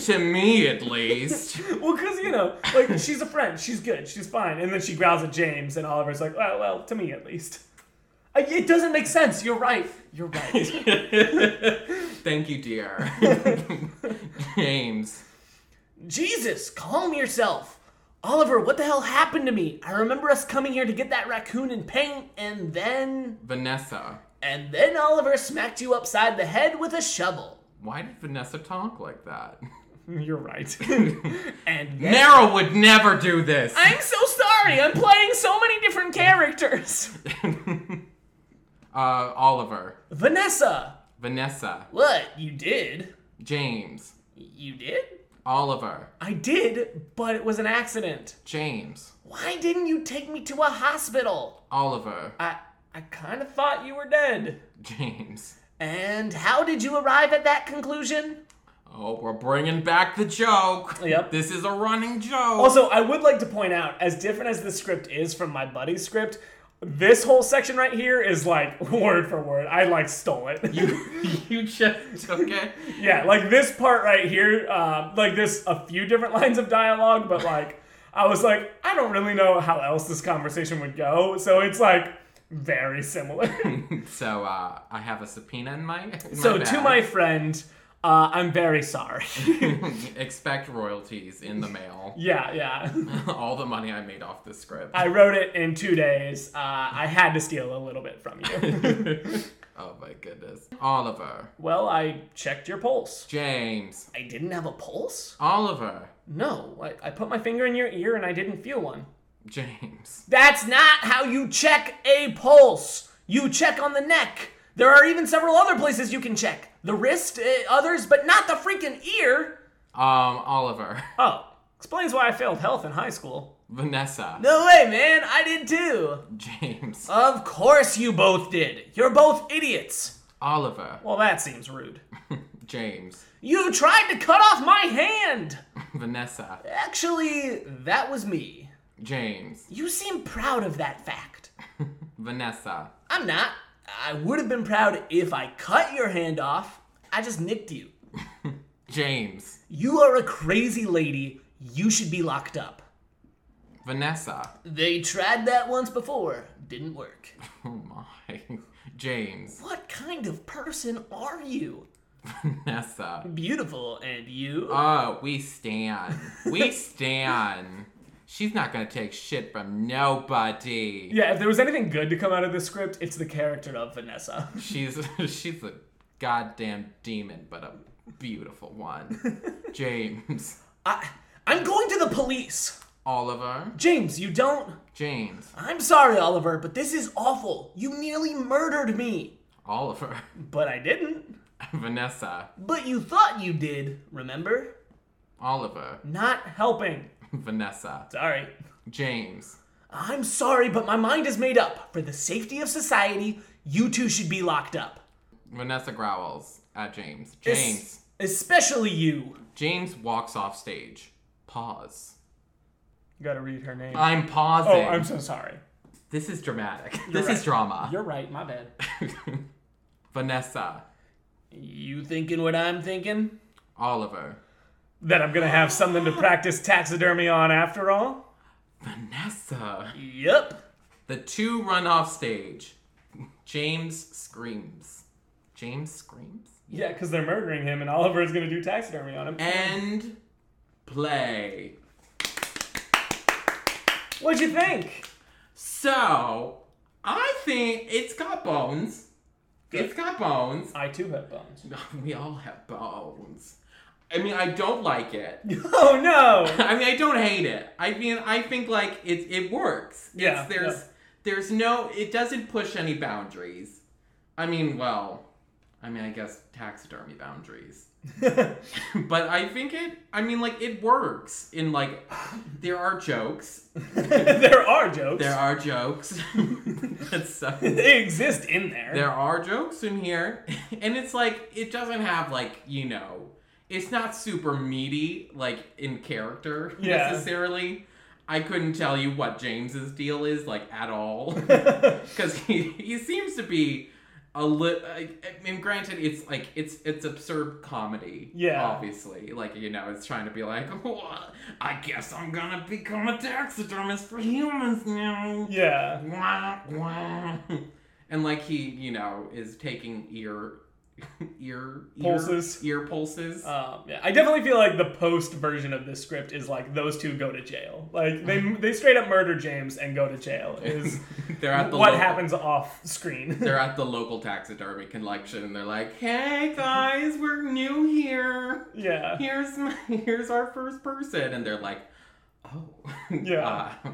[SPEAKER 1] to me, at least.
[SPEAKER 2] well, because you know, like she's a friend. She's good. She's fine. And then she growls at James, and Oliver's like, well, well, to me at least. I, it doesn't make sense. You're right. You're right.
[SPEAKER 1] Thank you, dear. James.
[SPEAKER 2] Jesus, calm yourself. Oliver, what the hell happened to me? I remember us coming here to get that raccoon in paint, and then.
[SPEAKER 1] Vanessa.
[SPEAKER 2] And then Oliver smacked you upside the head with a shovel.
[SPEAKER 1] Why did Vanessa talk like that?
[SPEAKER 2] You're right. and then.
[SPEAKER 1] Nero would never do this.
[SPEAKER 2] I'm so sorry, I'm playing so many different characters.
[SPEAKER 1] uh, Oliver.
[SPEAKER 2] Vanessa!
[SPEAKER 1] Vanessa.
[SPEAKER 2] What? You did?
[SPEAKER 1] James.
[SPEAKER 2] You did?
[SPEAKER 1] Oliver.
[SPEAKER 2] I did, but it was an accident.
[SPEAKER 1] James.
[SPEAKER 2] Why didn't you take me to a hospital?
[SPEAKER 1] Oliver.
[SPEAKER 2] I. I kind of thought you were dead.
[SPEAKER 1] James.
[SPEAKER 2] And how did you arrive at that conclusion?
[SPEAKER 1] Oh, we're bringing back the joke.
[SPEAKER 2] Yep.
[SPEAKER 1] This is a running joke.
[SPEAKER 2] Also, I would like to point out, as different as this script is from my buddy's script, this whole section right here is like word for word. I like stole it.
[SPEAKER 1] you just took it.
[SPEAKER 2] yeah, like this part right here, um, like there's a few different lines of dialogue, but like I was like, I don't really know how else this conversation would go, so it's like very similar.
[SPEAKER 1] So uh, I have a subpoena in my. In
[SPEAKER 2] so
[SPEAKER 1] my
[SPEAKER 2] to my
[SPEAKER 1] bag.
[SPEAKER 2] friend, uh, I'm very sorry.
[SPEAKER 1] expect royalties in the mail.
[SPEAKER 2] yeah, yeah.
[SPEAKER 1] All the money I made off this script.
[SPEAKER 2] I wrote it in two days. Uh, I had to steal a little bit from you.
[SPEAKER 1] oh my goodness. Oliver.
[SPEAKER 2] well, I checked your pulse.
[SPEAKER 1] James.
[SPEAKER 2] I didn't have a pulse?
[SPEAKER 1] Oliver.
[SPEAKER 2] No, I, I put my finger in your ear and I didn't feel one.
[SPEAKER 1] James.
[SPEAKER 2] That's not how you check a pulse. You check on the neck. There are even several other places you can check the wrist, eh, others, but not the freaking ear.
[SPEAKER 1] Um. Oliver.
[SPEAKER 2] Oh, explains why I failed health in high school.
[SPEAKER 1] Vanessa.
[SPEAKER 2] No way, man, I did too.
[SPEAKER 1] James.
[SPEAKER 2] Of course you both did. You're both idiots.
[SPEAKER 1] Oliver.
[SPEAKER 2] Well, that seems rude.
[SPEAKER 1] James.
[SPEAKER 2] You tried to cut off my hand!
[SPEAKER 1] Vanessa.
[SPEAKER 2] Actually, that was me.
[SPEAKER 1] James.
[SPEAKER 2] You seem proud of that fact.
[SPEAKER 1] Vanessa.
[SPEAKER 2] I'm not. I would have been proud if I cut your hand off. I just nicked you.
[SPEAKER 1] James.
[SPEAKER 2] You are a crazy lady. You should be locked up.
[SPEAKER 1] Vanessa.
[SPEAKER 2] They tried that once before. Didn't work.
[SPEAKER 1] Oh my. James.
[SPEAKER 2] What kind of person are you?
[SPEAKER 1] Vanessa.
[SPEAKER 2] Beautiful, and you?
[SPEAKER 1] Oh, we stand. We stand. She's not gonna take shit from nobody.
[SPEAKER 2] yeah, if there was anything good to come out of this script, it's the character of Vanessa.
[SPEAKER 1] She's she's a goddamn demon, but a beautiful one. James.
[SPEAKER 2] I, I'm going to the police.
[SPEAKER 1] Oliver.
[SPEAKER 2] James, you don't.
[SPEAKER 1] James.
[SPEAKER 2] I'm sorry, Oliver, but this is awful. You nearly murdered me.
[SPEAKER 1] Oliver.
[SPEAKER 2] But I didn't.
[SPEAKER 1] Vanessa.
[SPEAKER 2] But you thought you did, remember?
[SPEAKER 1] Oliver.
[SPEAKER 2] Not helping.
[SPEAKER 1] Vanessa.
[SPEAKER 2] Sorry.
[SPEAKER 1] James.
[SPEAKER 2] I'm sorry, but my mind is made up. For the safety of society, you two should be locked up.
[SPEAKER 1] Vanessa growls at James.
[SPEAKER 2] Es-
[SPEAKER 1] James.
[SPEAKER 2] especially you.
[SPEAKER 1] James walks off stage. Pause.
[SPEAKER 2] You gotta read her name. Oh,
[SPEAKER 1] I'm pausing.
[SPEAKER 2] so sorry.
[SPEAKER 1] this is dramatic. this
[SPEAKER 2] right.
[SPEAKER 1] is drama.
[SPEAKER 2] You're right, my bad.
[SPEAKER 1] Vanessa.
[SPEAKER 2] You thinking what I'm thinking?
[SPEAKER 1] Oliver.
[SPEAKER 2] That I'm gonna have something to practice taxidermy on after all?
[SPEAKER 1] Vanessa.
[SPEAKER 2] Yep.
[SPEAKER 1] The two run off stage. James screams. James screams?
[SPEAKER 2] Yeah, because they're murdering him, and Oliver is gonna do taxidermy on him.
[SPEAKER 1] And play.
[SPEAKER 2] What'd you think?
[SPEAKER 1] So, I think it's got bones. It's got bones.
[SPEAKER 2] I too have bones.
[SPEAKER 1] We all have bones. I mean, I don't like it.
[SPEAKER 2] Oh no!
[SPEAKER 1] I mean, I don't hate it. I mean, I think like it it works. It's-
[SPEAKER 2] Yeah,
[SPEAKER 1] there's
[SPEAKER 2] yeah.
[SPEAKER 1] there's no it doesn't push any boundaries. I mean, well, I mean, I guess taxidermy boundaries. but I think it. I mean, like it works in like there are jokes.
[SPEAKER 2] there are jokes.
[SPEAKER 1] There are jokes. That's so.
[SPEAKER 2] They exist in there.
[SPEAKER 1] There are jokes in here, and it's like it doesn't have like you know, it's not super meaty like in character
[SPEAKER 2] Yeah.
[SPEAKER 1] necessarily. I couldn't tell you what James's deal is like at all. because he, he seems to be a li- I I mean, granted, it's like it's it's absurd comedy.
[SPEAKER 2] Yeah.
[SPEAKER 1] obviously, like you know, it's trying to be like, "Oh, I guess I'm gonna become a taxidermist for humans now.
[SPEAKER 2] yeah.
[SPEAKER 1] Wah, wah. And like he, you know, is taking ear, ear, ear
[SPEAKER 2] Pulses.
[SPEAKER 1] ear pulses.
[SPEAKER 2] Um, yeah, I definitely feel like the post version of this script is like those two go to jail. Like they they straight up murder James and go to jail. Is
[SPEAKER 1] Mm-hmm. they're at the
[SPEAKER 2] what
[SPEAKER 1] local-
[SPEAKER 2] happens off screen.
[SPEAKER 1] They're at the local taxidermy collection, and they're like, "Hey guys, we're new here."
[SPEAKER 2] yeah,
[SPEAKER 1] here's my, here's our first person and they're like oh
[SPEAKER 2] Yeah.
[SPEAKER 1] uh,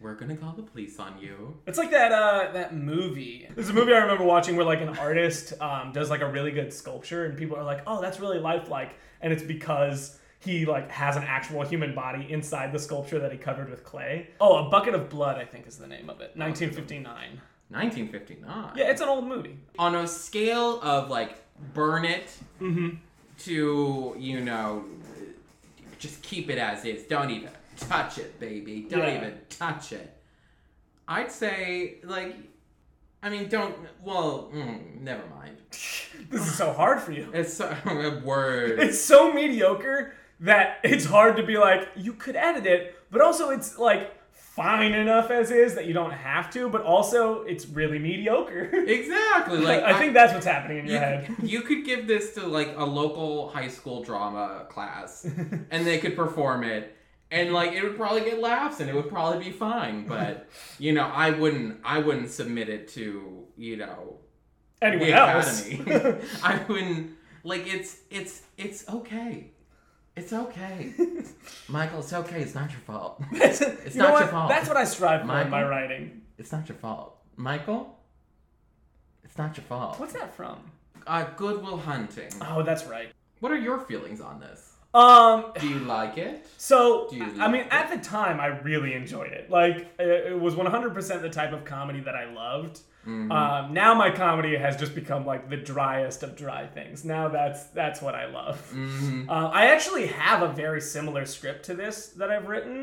[SPEAKER 1] we're gonna call the police on you
[SPEAKER 2] it's like that uh, that movie. There's a movie I remember watching where like an artist um, does like a really good sculpture, and people are like, "Oh, that's really lifelike," and it's because he like has an actual human body inside the sculpture that he covered with clay. Oh, a bucket of blood, I think is the name of it. 1959.
[SPEAKER 1] 1959
[SPEAKER 2] Yeah, it's an old movie.
[SPEAKER 1] on a scale of like burn it
[SPEAKER 2] Mm-hmm.
[SPEAKER 1] to you know just keep it as is don't even touch it baby don't
[SPEAKER 2] Yeah.
[SPEAKER 1] even touch it i'd say like i mean don't well mm, never mind
[SPEAKER 2] This is so hard for you.
[SPEAKER 1] it's a word
[SPEAKER 2] it's so mediocre that it's hard to be like you could edit it but also it's like fine enough as is that you don't have to but also it's really mediocre
[SPEAKER 1] exactly like
[SPEAKER 2] i think that's what's happening in your
[SPEAKER 1] You
[SPEAKER 2] head
[SPEAKER 1] could, you could give this to like a local high school drama class and they could perform it and like it would probably get laughs and it would probably be fine but you know i wouldn't i wouldn't submit it to you know
[SPEAKER 2] anyone
[SPEAKER 1] the
[SPEAKER 2] else
[SPEAKER 1] academy i wouldn't like it's it's it's okay it's okay michael it's okay it's not your fault
[SPEAKER 2] it's
[SPEAKER 1] not your fault.
[SPEAKER 2] that's what i strive for in my
[SPEAKER 1] Michael?
[SPEAKER 2] writing
[SPEAKER 1] it's not your fault michael it's not your fault
[SPEAKER 2] what's that from
[SPEAKER 1] uh goodwill hunting
[SPEAKER 2] oh that's right
[SPEAKER 1] what are your feelings on this
[SPEAKER 2] um
[SPEAKER 1] do you like it
[SPEAKER 2] So,
[SPEAKER 1] Do you
[SPEAKER 2] I I mean,
[SPEAKER 1] like
[SPEAKER 2] at the time, I really enjoyed it. Like, it it was 100% the type of comedy that I loved. Um, now my comedy has just become like the driest of dry things. Now that's that's what I love.
[SPEAKER 1] Mm-hmm.
[SPEAKER 2] Uh, I actually have a very similar script to this that I've written.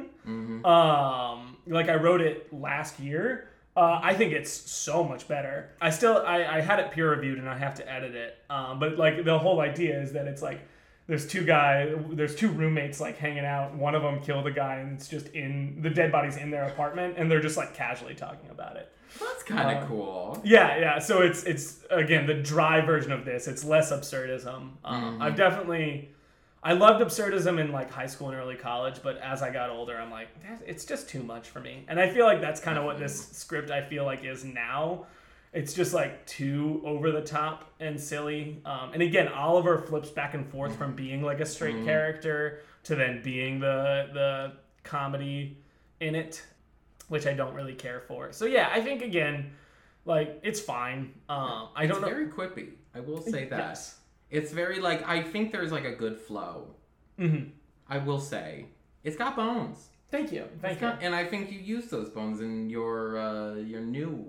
[SPEAKER 2] Um, like I wrote it last year. Uh, I think it's so much better. I still I, I had it peer reviewed and I have to edit it. Um, but like the whole idea is that it's like there's two guy there's two roommates like hanging out. One of them killed a guy and it's just in the dead body's in their apartment and they're just like casually talking about it.
[SPEAKER 1] That's kind of cool.
[SPEAKER 2] Yeah, yeah. So it's it's again the dry version of this. It's less absurdism. Um, I've definitely I loved absurdism in like high school and early college, but as I got older, I'm like that, it's just too much for me. And I feel like that's kind of what
[SPEAKER 1] Mm-hmm.
[SPEAKER 2] this script I feel like is now. It's just like too over the top and silly. Um, and again, Oliver flips back and forth from being like a straight
[SPEAKER 1] Mm-hmm.
[SPEAKER 2] character to then being the the comedy in it, which I don't really care for. So yeah, I think again, like it's fine. Um, I
[SPEAKER 1] It's
[SPEAKER 2] don't know.
[SPEAKER 1] very quippy. I will say that.
[SPEAKER 2] Yes.
[SPEAKER 1] It's very like I think there's like a good flow.
[SPEAKER 2] Mhm.
[SPEAKER 1] I will say it's got bones.
[SPEAKER 2] Thank you. Thank
[SPEAKER 1] It's
[SPEAKER 2] you.
[SPEAKER 1] got- and I think you use those bones in your uh, your new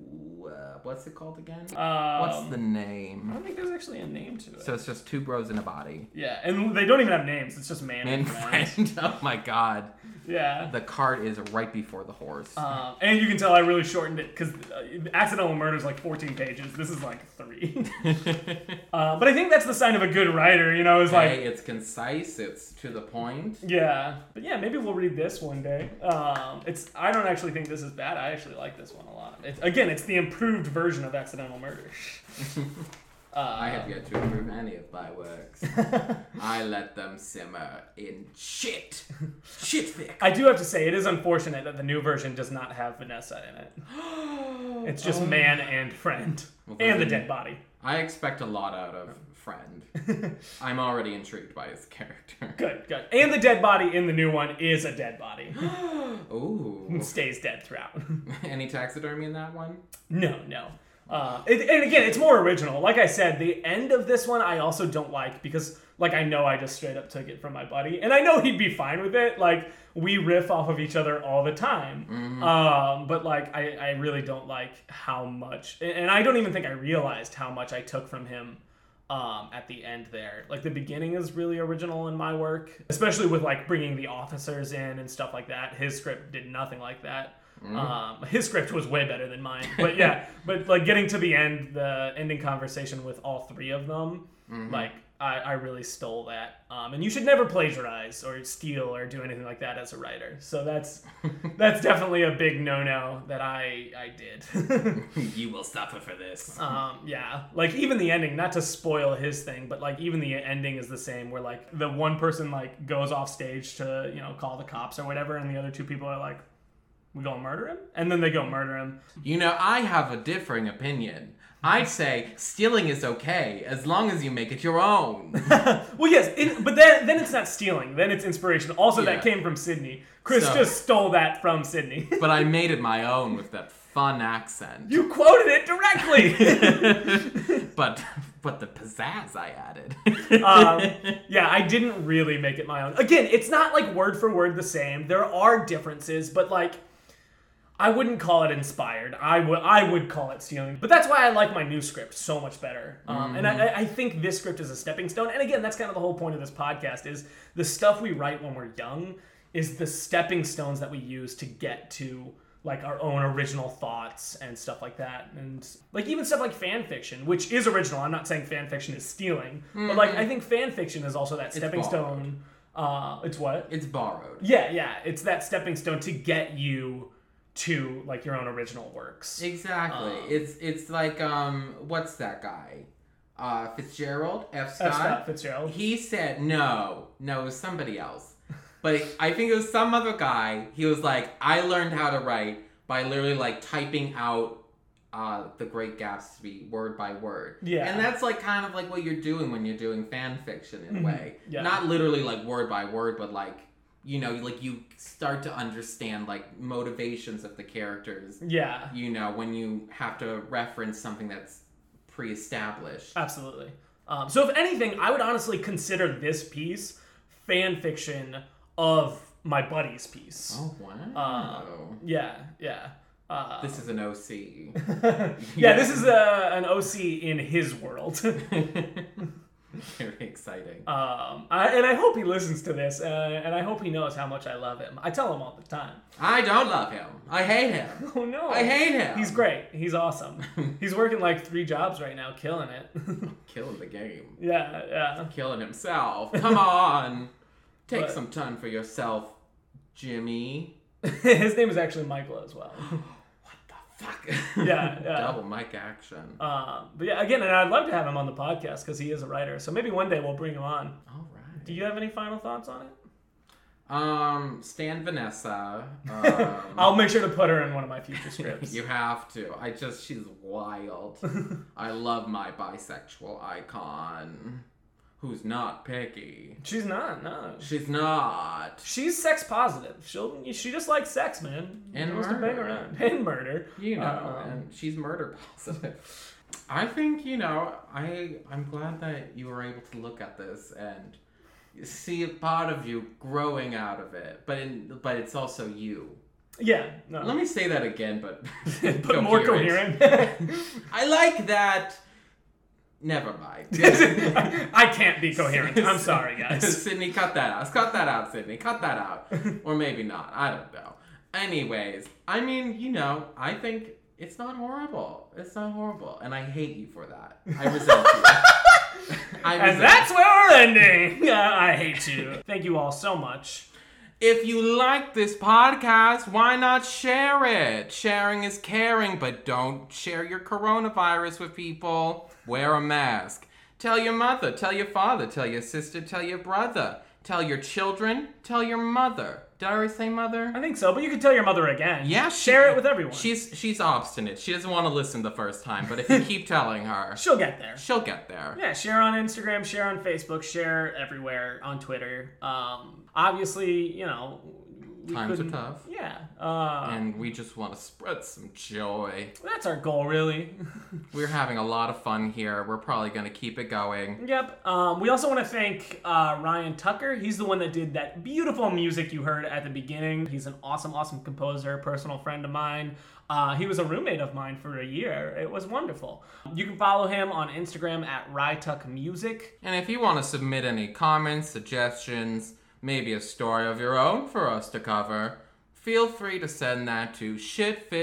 [SPEAKER 1] uh, what's it called again?
[SPEAKER 2] Um,
[SPEAKER 1] what's the
[SPEAKER 2] I
[SPEAKER 1] name?
[SPEAKER 2] don't think there's actually a name to it.
[SPEAKER 1] So it's just two bros in a body.
[SPEAKER 2] yeah, and they don't even have names. It's just man,
[SPEAKER 1] Man,
[SPEAKER 2] and friend.
[SPEAKER 1] friend. Oh my god.
[SPEAKER 2] Yeah.
[SPEAKER 1] The cart is right before the horse.
[SPEAKER 2] Um, and you can tell I really shortened it because uh, accidental murder is like 14 pages. This is like three. uh, but I think that's the sign of a good writer, you know, is
[SPEAKER 1] hey,
[SPEAKER 2] like,
[SPEAKER 1] it's concise. It's to the point.
[SPEAKER 2] yeah. But yeah, maybe we'll read this one day. Um, it's I don't actually think this is bad. I actually like this one a lot. It's, again, it's the improved version of accidental murder. uh,
[SPEAKER 1] I have yet to approve any of my works. I let them simmer in shit. Shit fic.
[SPEAKER 2] I do have to say, it is unfortunate that the new version does not have Vanessa in it. It's just man and friend. and the dead body.
[SPEAKER 1] I expect a lot out of Friend. I'm already intrigued by his character.
[SPEAKER 2] Good, good. And the dead body in the new one is a dead body.
[SPEAKER 1] Ooh.
[SPEAKER 2] Stays dead throughout.
[SPEAKER 1] Any taxidermy in that one?
[SPEAKER 2] no, no. Uh, it, and again, it's more original. Like I said, the end of this one I also don't like because like I know I just straight up took it from my buddy, and I know he'd be fine with it. Like we riff off of each other all the time, um, but like I, I really don't like how much, and- and I don't even think I realized how much I took from him um, at the end there. Like the beginning is really original in my work, especially with like bringing the officers in and stuff like that. His script did nothing like that. Um, his script was way better than mine, but yeah, but like getting to the end, the ending conversation with all three of them, like I, I really stole that. Um, and you should never plagiarize or steal or do anything like that as a writer. So that's that's definitely a big no-no that I I did.
[SPEAKER 1] you will suffer for this.
[SPEAKER 2] Um, yeah, like even the ending, not to spoil his thing, but like even the ending is the same where like the one person like goes off stage to, you know, call the cops or whatever and the other two people are like we gonna murder him? And then they go murder him.
[SPEAKER 1] You know, I have a differing opinion. I'd say stealing is okay as long as you make it your own.
[SPEAKER 2] Well, yes, it, but then then it's not stealing. Then it's inspiration. Also, that
[SPEAKER 1] Yeah.
[SPEAKER 2] came from Sydney. Chris
[SPEAKER 1] So-
[SPEAKER 2] just stole that from Sydney.
[SPEAKER 1] but I made it my own with that fun accent.
[SPEAKER 2] you quoted it directly.
[SPEAKER 1] but but the pizzazz I added.
[SPEAKER 2] um, yeah, I didn't really make it my own. Again, it's not like word for word the same. There are differences, but like I wouldn't call it inspired. I would I would call it stealing. But that's why I like my new script so much better. Um, And I, I- I think this script is a stepping stone. And again, that's kind of the whole point of this podcast is the stuff we write when we're young is the stepping stones that we use to get to like our own original thoughts and stuff like that and like even stuff like fan fiction which is original i'm not saying fan fiction is stealing but like i think fan fiction is also that stepping stone uh it's what
[SPEAKER 1] it's borrowed.
[SPEAKER 2] yeah, yeah. It's that stepping stone to get you to like your own original works.
[SPEAKER 1] Exactly.
[SPEAKER 2] Um,
[SPEAKER 1] it's it's like um what's that guy? Uh Fitzgerald? F. Scott?
[SPEAKER 2] F. Scott Fitzgerald.
[SPEAKER 1] He said no, no, it was somebody else. But I think it was some other guy. He was like, I learned how to write by literally like typing out uh, the Great Gatsby word by word.
[SPEAKER 2] Yeah.
[SPEAKER 1] And that's like kind of like what you're doing when you're doing fan fiction in a way.
[SPEAKER 2] Mm-hmm. Yeah.
[SPEAKER 1] Not literally like word by word, but like you know, like you start to understand like motivations of the characters.
[SPEAKER 2] Yeah,
[SPEAKER 1] You know, when you have to reference something that's pre-established.
[SPEAKER 2] Oh, absolutely. Um, so if anything, I would honestly consider this piece fan fiction of my buddy's piece.
[SPEAKER 1] Oh wow.
[SPEAKER 2] Yeah, yeah. Uh,
[SPEAKER 1] This is an OC.
[SPEAKER 2] yeah, this is a, an OC in his world.
[SPEAKER 1] Very exciting.
[SPEAKER 2] um, I, and I hope he listens to this, uh, and I hope he knows how much I love him. I tell him all the time.
[SPEAKER 1] I don't love him. I hate him.
[SPEAKER 2] Oh no!
[SPEAKER 1] I hate him.
[SPEAKER 2] He's great. He's awesome. He's working like three jobs right now, killing it.
[SPEAKER 1] killing the game,
[SPEAKER 2] yeah, yeah.
[SPEAKER 1] killing himself. Come on, take
[SPEAKER 2] But-
[SPEAKER 1] some time for yourself, Jimmy.
[SPEAKER 2] His name is actually Michael as well.
[SPEAKER 1] Fuck.
[SPEAKER 2] Yeah, yeah.
[SPEAKER 1] Double mic action.
[SPEAKER 2] Um, but yeah, again, and I'd love to have him on the podcast because he is a writer. So maybe one day we'll bring him on.
[SPEAKER 1] All right.
[SPEAKER 2] Do you have any final thoughts on it?
[SPEAKER 1] Um, Stan Vanessa. Um,
[SPEAKER 2] I'll make sure to put her in one of my future scripts.
[SPEAKER 1] you have to. I just she's wild. I love my bisexual icon, who's not picky.
[SPEAKER 2] She's not. No.
[SPEAKER 1] She's not.
[SPEAKER 2] She's sex positive. She'll. She just likes sex, man.
[SPEAKER 1] And
[SPEAKER 2] She wants to bang
[SPEAKER 1] murder.
[SPEAKER 2] around. And murder.
[SPEAKER 1] you know,
[SPEAKER 2] Um,
[SPEAKER 1] and she's murder positive. I think you know. I I'm glad that you were able to look at this and see a part of you growing out of it, but in, but it's also you.
[SPEAKER 2] yeah. No.
[SPEAKER 1] Let me say that again, but
[SPEAKER 2] But more coherent.
[SPEAKER 1] I like that. Never mind.
[SPEAKER 2] I can't be coherent. I'm sorry, guys.
[SPEAKER 1] Sydney, cut that out. Cut that out, Sydney. Cut that out. or maybe not. I don't know. Anyways, I mean, you know, I think it's not horrible. It's not horrible. And I hate you for that. I resent you. I resent
[SPEAKER 2] And that's where we're ending. Yeah, I hate you. Thank you all so much.
[SPEAKER 1] If you like this podcast, why not share it? Sharing is caring, but don't share your coronavirus with people. Wear a mask. Tell your mother, tell your father, tell your sister, tell your brother, tell your children, tell your mother. Did I already say
[SPEAKER 2] I
[SPEAKER 1] mother?
[SPEAKER 2] think so, but you can tell your mother again.
[SPEAKER 1] Yeah, she-
[SPEAKER 2] share it with everyone.
[SPEAKER 1] She's she's obstinate. She doesn't want to listen the first time, but if you keep telling her,
[SPEAKER 2] She'll get there.
[SPEAKER 1] she'll get there.
[SPEAKER 2] Yeah, share on Instagram, share on Facebook, share everywhere on Twitter. Um, obviously, you know, we
[SPEAKER 1] Times are
[SPEAKER 2] couldn't-
[SPEAKER 1] tough.
[SPEAKER 2] Yeah, uh,
[SPEAKER 1] and we just want to spread some joy.
[SPEAKER 2] that's our goal, really.
[SPEAKER 1] We're having a lot of fun here. We're probably going to keep it going.
[SPEAKER 2] Yep. Um, we also want to thank uh, Ryan Tucker. He's the one that did that beautiful music you heard at the beginning. He's an awesome, awesome composer, personal friend of mine. Uh, he was a roommate of mine for a year. It was wonderful. You can follow him on Instagram at Rytuck Music.
[SPEAKER 1] And if you want to submit any comments, suggestions, maybe a story of your own for us to cover, feel free to send that to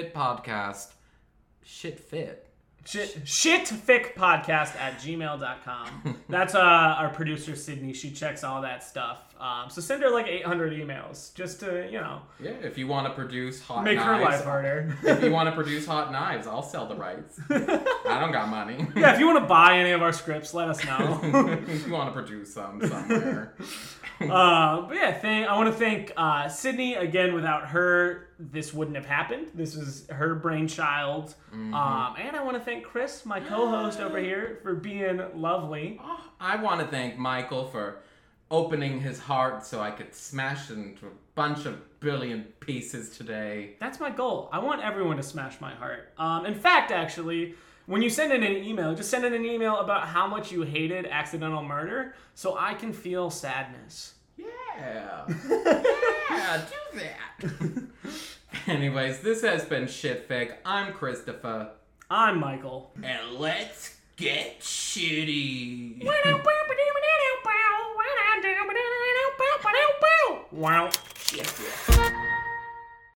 [SPEAKER 1] shitfitpodcast. Shitfit.
[SPEAKER 2] Shit, shitfic podcast at gmail.com. That's uh, our producer, Sydney. She checks all that stuff. Um, so send her like 800 emails just to, you know,
[SPEAKER 1] Yeah, if you want to produce hot
[SPEAKER 2] make her
[SPEAKER 1] knives,
[SPEAKER 2] life harder.
[SPEAKER 1] if you want to produce hot knives, I'll sell the rights. I don't got money.
[SPEAKER 2] yeah, if you want to buy any of our scripts, let us know.
[SPEAKER 1] if you want to produce some somewhere.
[SPEAKER 2] Uh, but yeah, thank, I want to thank uh, Sydney again. Without her, this wouldn't have happened. This is her brainchild. Um, and I want to thank Chris, my co-host over here, for being lovely.
[SPEAKER 1] Oh, I want to thank Michael for opening his heart so I could smash it into a bunch of billion pieces today.
[SPEAKER 2] That's my goal. I want everyone to smash my heart. Um, in fact, actually, when you send in an email, just send in an email about how much you hated accidental murder, so I can feel sadness.
[SPEAKER 1] Yeah. yeah, do that. Anyways, this has been Shitfic. I'm Christopher.
[SPEAKER 2] I'm Michael.
[SPEAKER 1] And let's get shitty.
[SPEAKER 2] wow.
[SPEAKER 1] Shitfic.